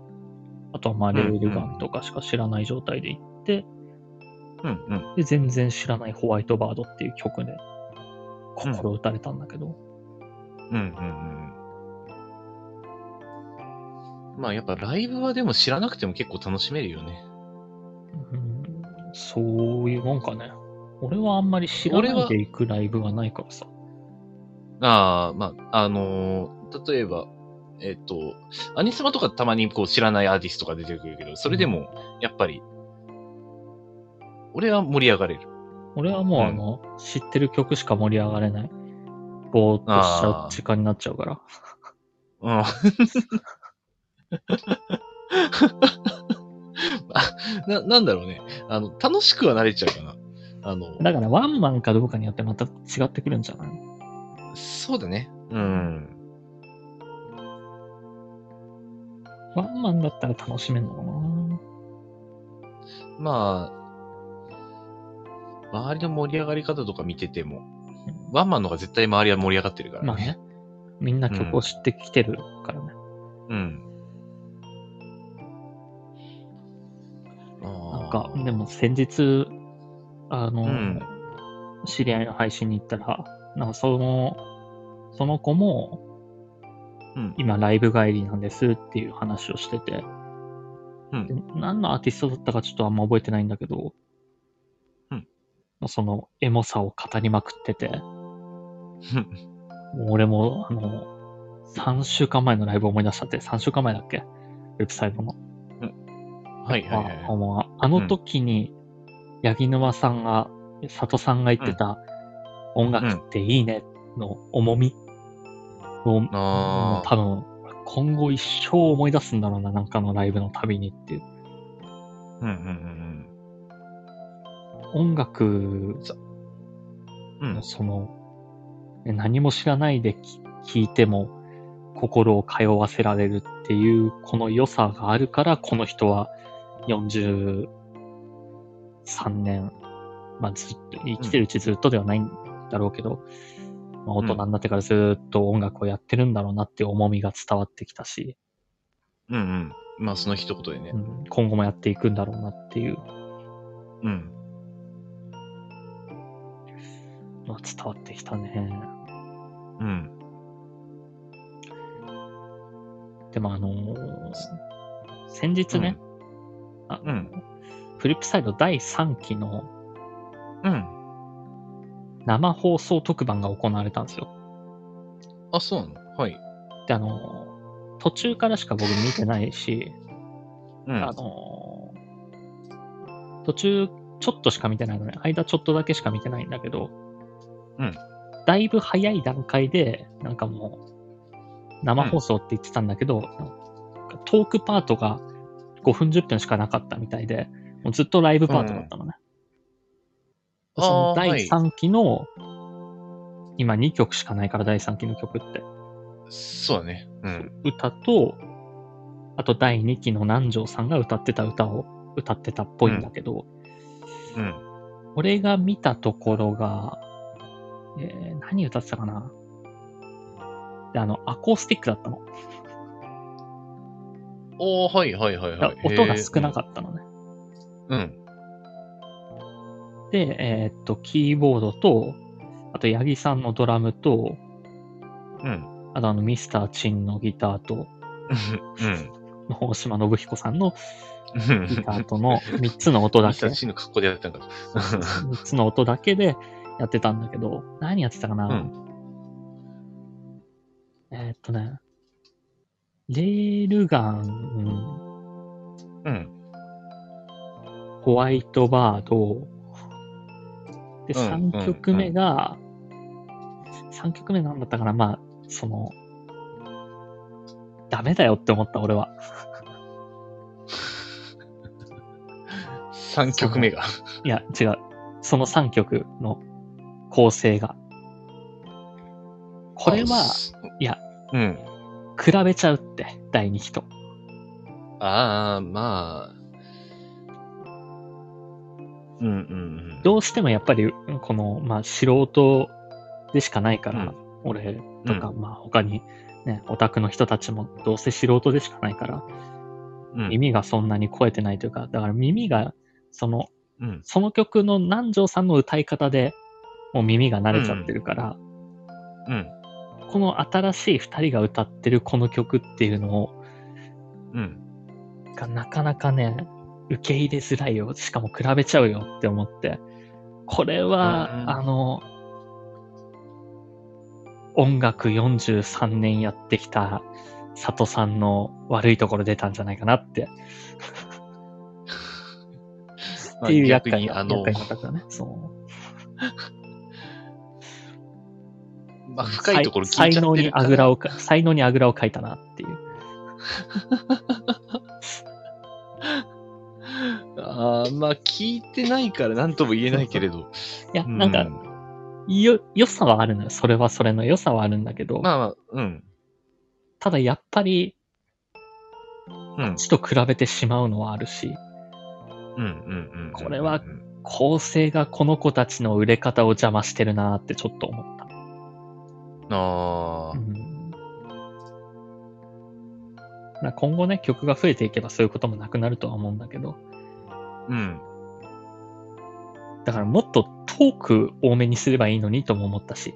S1: あとはまあ、
S2: うんう
S1: レ
S2: ん
S1: ールガンとかしか知らない状態で行って、
S2: うんうん。
S1: で、全然知らないホワイトバードっていう曲で心打たれたんだけど、
S2: うんうんうん。まあ、やっぱライブはでも知らなくても結構楽しめるよね。
S1: うんそういうもんかね。俺はあんまり知ら
S2: 俺
S1: ない
S2: は
S1: で行くライブがないからさ。
S2: ああ、まあ、あのー例えば、えっ、と、アニスマとかたまにこう知らないアーティストが出てくるけど、それでも、やっぱり、俺は盛り上がれる。
S1: 俺はもうあの、知ってる曲しか盛り上がれない。ぼーっとしちゃ
S2: あ
S1: う
S2: ー
S1: 時間になっちゃうから。
S2: うん。 (laughs) あな、なんだろうね。あの、楽しくはなれちゃうかな。あの、
S1: だからワンマンかどうかによってまた違ってくるんじゃない
S2: そうだね。うん。
S1: ワンマンだったら楽しめんのかな
S2: まあ、周りの盛り上がり方とか見てても、ワンマンの方が絶対周りは盛り上がってるからね。
S1: まあね。みんな曲を知ってきてるからね。
S2: うん。
S1: な
S2: なん
S1: か、でも先日、あの、
S2: うん
S1: 知り合いの配信に行ったら、なんかその、その子も
S2: うん、
S1: 今ライブ帰りなんですっていう話をしてて、
S2: うん
S1: で何のアーティストだったかちょっとあんま覚えてないんだけど、
S2: うん
S1: そのエモさを語りまくって
S2: (laughs)
S1: て、もう俺もあの、3週間前のライブを思い出したって、3週間前だっけウェブサイトの。
S2: はいはいはい
S1: あもうあの時に、八木沼さんが、佐藤さんが言ってた、音楽っていいねの重みを、も
S2: あ
S1: う多分、今後一生思い出すんだろうな、なんかのライブのたびにっていう。
S2: ーうんうん
S1: 音楽
S2: うんうん。うん
S1: の、その、ね何も知らないで聴いても、心を通わせられるっていう、この良さがあるから、この人は43年、まあずっと、生きてるうちずっとではないんだろうけど、まあ、大人になってからずっと音楽をやってるんだろうなっていう重みが伝わってきたし、
S2: うんうん。まあその一言でね
S1: う。ん今後もやっていくんだろうなっていう
S2: うん。
S1: のが伝わってきたね。
S2: うん。
S1: でもあのー先日ね、あ
S2: うん。
S1: フリップサイド第3期の
S2: うん。
S1: 生放送特番が行われたんですよ。
S2: あ、そうなのはい。
S1: で、あの、途中からしか僕見てないし、
S2: う
S1: あ
S2: ん。
S1: の、途中ちょっとしか見てないのね、間ちょっとだけしか見てないんだけど、
S2: うん
S1: だいぶ早い段階で、なんかもう、生放送って言ってたんだけど、なんかトークパートが5分10分しかなかったみたいで、もうずっとライブパートだったのね。
S2: うん
S1: そ
S2: あ
S1: の
S2: ー
S1: 第3期の、今2曲しかないから第3期の曲って。
S2: そうだね。うん。
S1: 歌と、あと第2期の南條さんが歌ってた歌を歌ってたっぽいんだけど、
S2: うん。
S1: 俺が見たところが、えー何歌ってたかなであの、アコースティックだったの。
S2: おー、はいはいはい
S1: だ
S2: は
S1: か
S2: い。
S1: ら音が少なか
S2: っ
S1: ったのね。
S2: た。うん。
S1: で、えーっと、キーボードと、あと、八木さんのドラムと、
S2: うん。
S1: あと、あの、ミスター・チンのギターと、
S2: うん。
S1: 大島信彦さんの
S2: うん。
S1: ギターと
S2: (laughs)
S1: の3つの音だ
S2: ミスタ (laughs)
S1: け
S2: ー、チンの格好でやったんか。
S1: 3つの音だけでやってたんだけど、何やってたかな、
S2: うん。
S1: えーっとね、レールガン、
S2: うん。
S1: ホワイトバード、で、
S2: うんうん
S1: 3曲目が、3曲目なんだったかなまあ、その、ダメだよって思った俺は。
S2: 3曲目が。
S1: いや、違う。その3曲の構成が。これは、いや。
S2: うん。
S1: 比べちゃうって、第2期と。
S2: ああ、まあ。うんうんうん。
S1: どうしてもやっぱり、この、まあ、素人でしかないから、
S2: うん
S1: 俺とか、まあ、他に、ね、オタクの人たちも、どうせ素人でしかないから、
S2: うん、
S1: 耳がそんなに超えてないというか、だから耳が、その、
S2: うん。
S1: その曲の南條さんの歌い方で、もう耳が慣れちゃってるから、
S2: うん。
S1: この新しい2人が歌ってるこの曲っていうのを、
S2: うん。
S1: がなかなかね、受け入れづらいよ。しかも比べちゃうよって思って。これは、
S2: うん
S1: あの、音楽43年やってきた佐藤さんの悪いところ出たんじゃないかなって。っ
S2: まあ
S1: ていう
S2: 逆
S1: 厄
S2: に
S1: 介
S2: あ
S1: な、
S2: の
S1: 厄、介な方だね。そう。
S2: まあ、深いところ聞
S1: 才
S2: いちゃ
S1: 才
S2: っ
S1: 能
S2: て
S1: に
S2: るから
S1: あぐらをか、才能にあぐらをかいたなっていう。
S2: ああ、まあ、聞いてないから何とも言えないけれど。
S1: いや、(laughs)
S2: う
S1: なんか、よ、良さはあるのよ。それはそれの良さはあるんだけど、
S2: まあまあ、うん。
S1: ただやっぱり、
S2: うん。
S1: ちと比べてしまうのはあるし、
S2: うんうんうんうん。
S1: これは構成がこの子たちの売れ方を邪魔してるなーってちょっと思った。
S2: ああ
S1: う、ん、まあ今後ね、曲が増えていけばそういうこともなくなるとは思うんだけど、
S2: うん。
S1: だからもっとトーク多めにすればいいのにとも思ったし、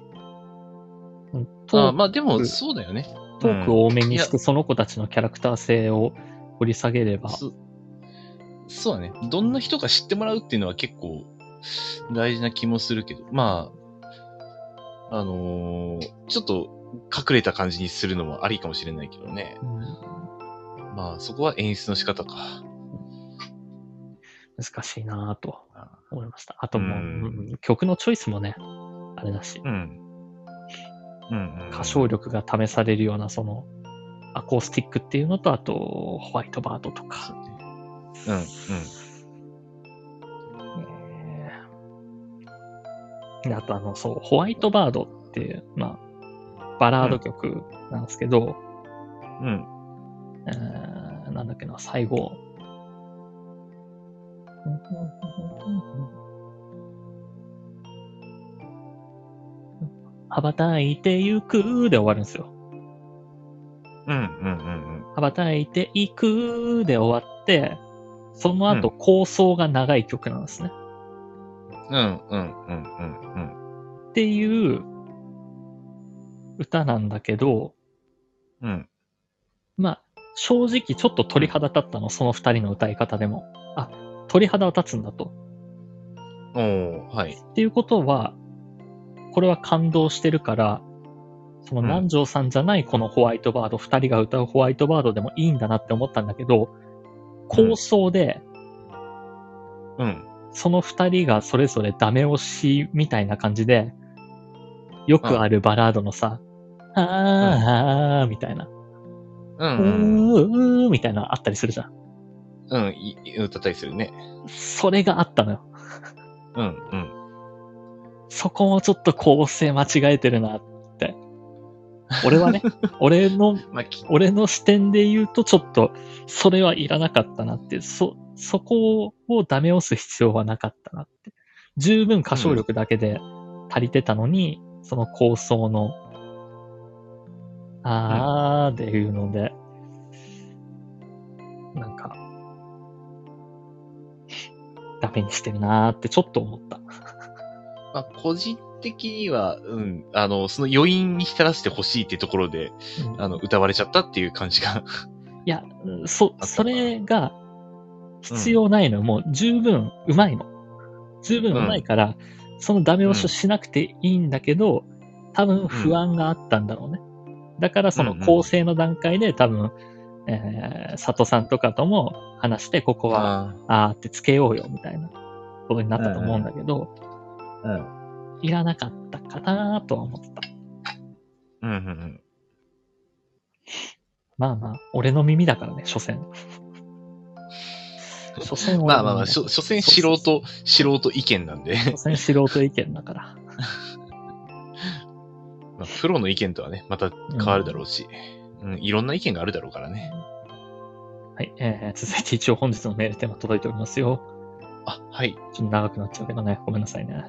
S1: うんト
S2: あ
S1: ー
S2: あ、まあでも、そうだよね。
S1: トーク多めにし
S2: う
S1: てその子たちのキャラクター性を掘り下げれば、
S2: そそうだね。どんな人か知ってもらうっていうのは結構大事な気もするけど、まあ、あのーちょっと隠れた感じにするのもありかもしれないけどね。
S1: うん
S2: まあ、そこは演出の仕方か。
S1: 難しいなーと
S2: あ
S1: 思いました。あともう、
S2: うん
S1: うん曲のチョイスもね、あれだし、
S2: うん。うん、うん。
S1: 歌唱力が試されるようなそのアコースティックっていうのとあとホワイトバードと
S2: そ
S1: か、
S2: うね。うん、うん。
S1: であとあのそうホワイトバードっていう、まあ、バラード曲なんですけど、
S2: うん。
S1: えーなんだっけな最後羽ばたいてゆくで終わるんですよ。
S2: うん、うん、うん
S1: 羽ばたいていくで終わって、その後構想が長い曲なんですね。
S2: うん。うん、うん、うん、うん、うん。
S1: っていう歌なんだけど、
S2: うん。
S1: まあ、正直ちょっと鳥肌立ったの、その二人の歌い方でも。あ、鳥肌は立つんだと。
S2: おー、はい。
S1: っていうことは、これは感動してるから、その
S2: うん
S1: 南條さんじゃないこのホワイトバード、二人が歌うホワイトバードでもいいんだなって思ったんだけど、構想で、
S2: うん。
S1: その二人がそれぞれダメ押しみたいな感じで、よくあるバラードのさ、あーあーみたいな、
S2: う、
S1: うん
S2: う
S1: ー
S2: ん。
S1: うーみたいなあったりするじゃん。
S2: うん、い歌ったりするね。
S1: それがあったのよ。
S2: うん、うん。
S1: そこもちょっと構成間違えてるなって。俺は
S2: (laughs)
S1: ね、俺の、
S2: まあ、き
S1: 俺の視点で言うとちょっと、それはいらなかったなって、そ、そこをダメ押す必要はなかったなって。十分歌唱力だけで足りてたのに、その構想の、あーっていうので、なんか、ダメにしてるなーってちょっと思った。
S2: まあ、個人的には、うん、あの、その余韻に浸らせてほしいってところで、
S1: うん
S2: あの、歌われちゃったっていう感じが。
S1: いや、そ、
S2: な
S1: それが必要ないの、もう十分うまいの。十分うまいから、そのダメ押しをしなくていいんだけど、多分不安があったんだろうね。だからその
S2: うんうん
S1: 構成の段階で多分、えー佐藤さんとかとも話して、ここは、
S2: あ
S1: あーってつけようよみたいなことになったと思うんだけど、
S2: うん。
S1: いらなかったかなとは思った。
S2: うん、うん、
S1: まあまあ、俺の耳だからね、所
S2: (laughs)
S1: 詮。所詮
S2: う
S1: 俺の耳
S2: ん。まあまあまあ、しょ、所詮素人、素人意見なんで、 (laughs)
S1: 所詮素人意見だから。
S2: まあ、プロの意見とはね、また変わるだろうし、うん、いろんな意見があるだろうからね。
S1: はい、えー続いて一応本日のメールテーマ届いておりますよ。
S2: あ、はい。
S1: ちょっと長くなっちゃうけどね、ごめんなさいね。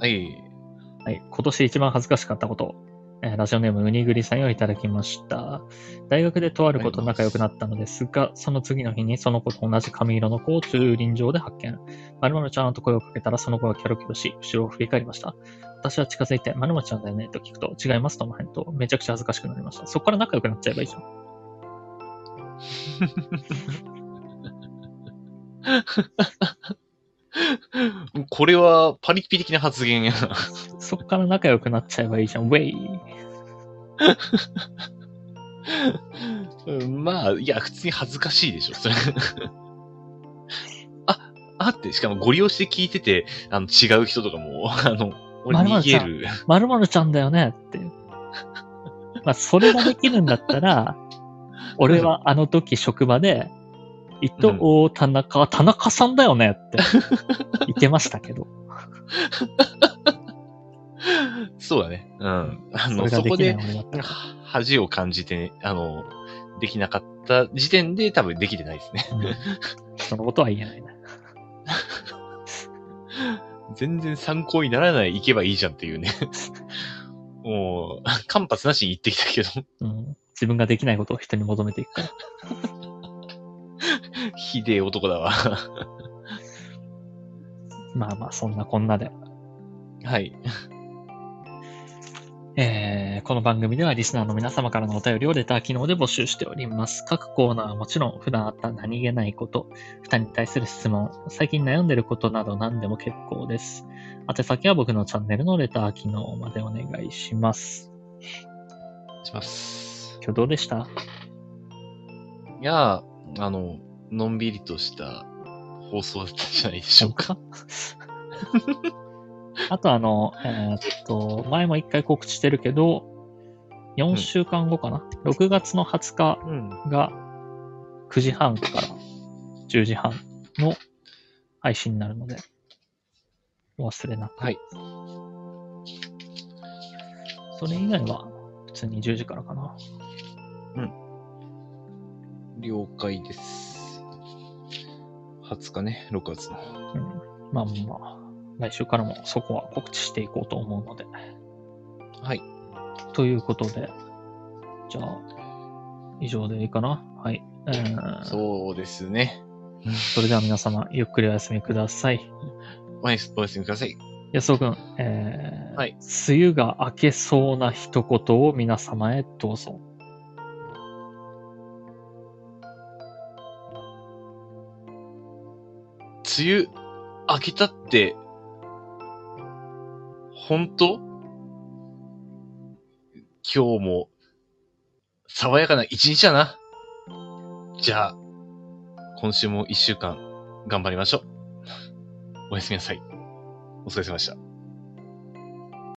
S2: はい。 (laughs)
S1: はい、今年一番恥ずかしかったこと、えーラジオネームウニグリさんよりいただきました。大学でとある子と仲良くなったのですが、その次の日にその子と同じ髪色の子を駐輪場で発見。まるまるちゃんと声をかけたらその子がキョロキョロし、後ろを振り返りました。私は近づいて、まるまるちゃんだよねと聞くと、違いますとの返答、めちゃくちゃ恥ずかしくなりました。そこから仲良くなっちゃえばいいじゃん。
S2: これはパリピ的な発言やな。
S1: そこから仲良くなっちゃえばいいじゃん、ウェイ。
S2: うんまあ、いや、普通に恥ずかしいでしょ、それ。 (laughs) あ、あって、しかもご利用して聞いてて、あの、違う人とかも、 (laughs) あの、俺
S1: まるま
S2: 逃
S1: るち
S2: げ
S1: ゃん
S2: る。 (laughs)
S1: まるまるちゃんだよねって。 (laughs) まあ、それができるんだった
S2: (laughs)
S1: ら、俺はあの時職場で、伊藤、田中、田中さんだよねって言ってましたけど、
S2: そうだね。うん。 (laughs) あ
S1: そ
S2: の、
S1: れが
S2: そ
S1: で
S2: こ
S1: きない
S2: で、
S1: 俺だったら。
S2: は恥を感じて、あの、できなかった時点で多分できてないですね。 (laughs)
S1: うんそのことは言えないね。
S2: 全然参考にならない、行けばいいじゃんっていうね。 (laughs) もう、 (laughs) 間髪なしに行ってきたけど、 (laughs)
S1: うん、自分ができないことを人に求めていくから。
S2: ひでえ男だわ。 (laughs)
S1: まあまあ、そんなこんなで。
S2: はい。
S1: えーこの番組ではリスナーの皆様からのお便りをレター機能で募集しております。各コーナーはもちろん普段あった何気ないこと、負担に対する質問、最近悩んでることなど何でも結構です。宛先は僕のチャンネルのレター機能までお願いします。
S2: します。
S1: 今日どうでした
S2: いやー、あの、のんびりとした放送だったんじゃないでしょうか。
S1: (laughs) あとあの、えーっと、前も一回告知してるけど、4週間後かな、?6 月の20日
S2: うん。
S1: が9時半から10時半の配信になるので、お忘れなく。
S2: はい。
S1: それ以外は普通に10時からかな。
S2: 了解です。20日ね、6月の。
S1: うん。まあまあまあ、来週からもそこは告知していこうと思うので。
S2: はい。
S1: ということで、じゃあ、以上でいいかな。はい。えー
S2: そうですね。
S1: それでは皆様、ゆっくりお休みください。
S2: おやすおやすみください。
S1: 安尾くん、えー
S2: はい
S1: 梅雨が明けそうな一言を皆様へどうぞ。
S2: 梅雨、明けたって、本当今日も、爽やかな一日だな。じゃあ、今週も一週間、頑張りましょう。おやすみなさい。お疲れ様でした。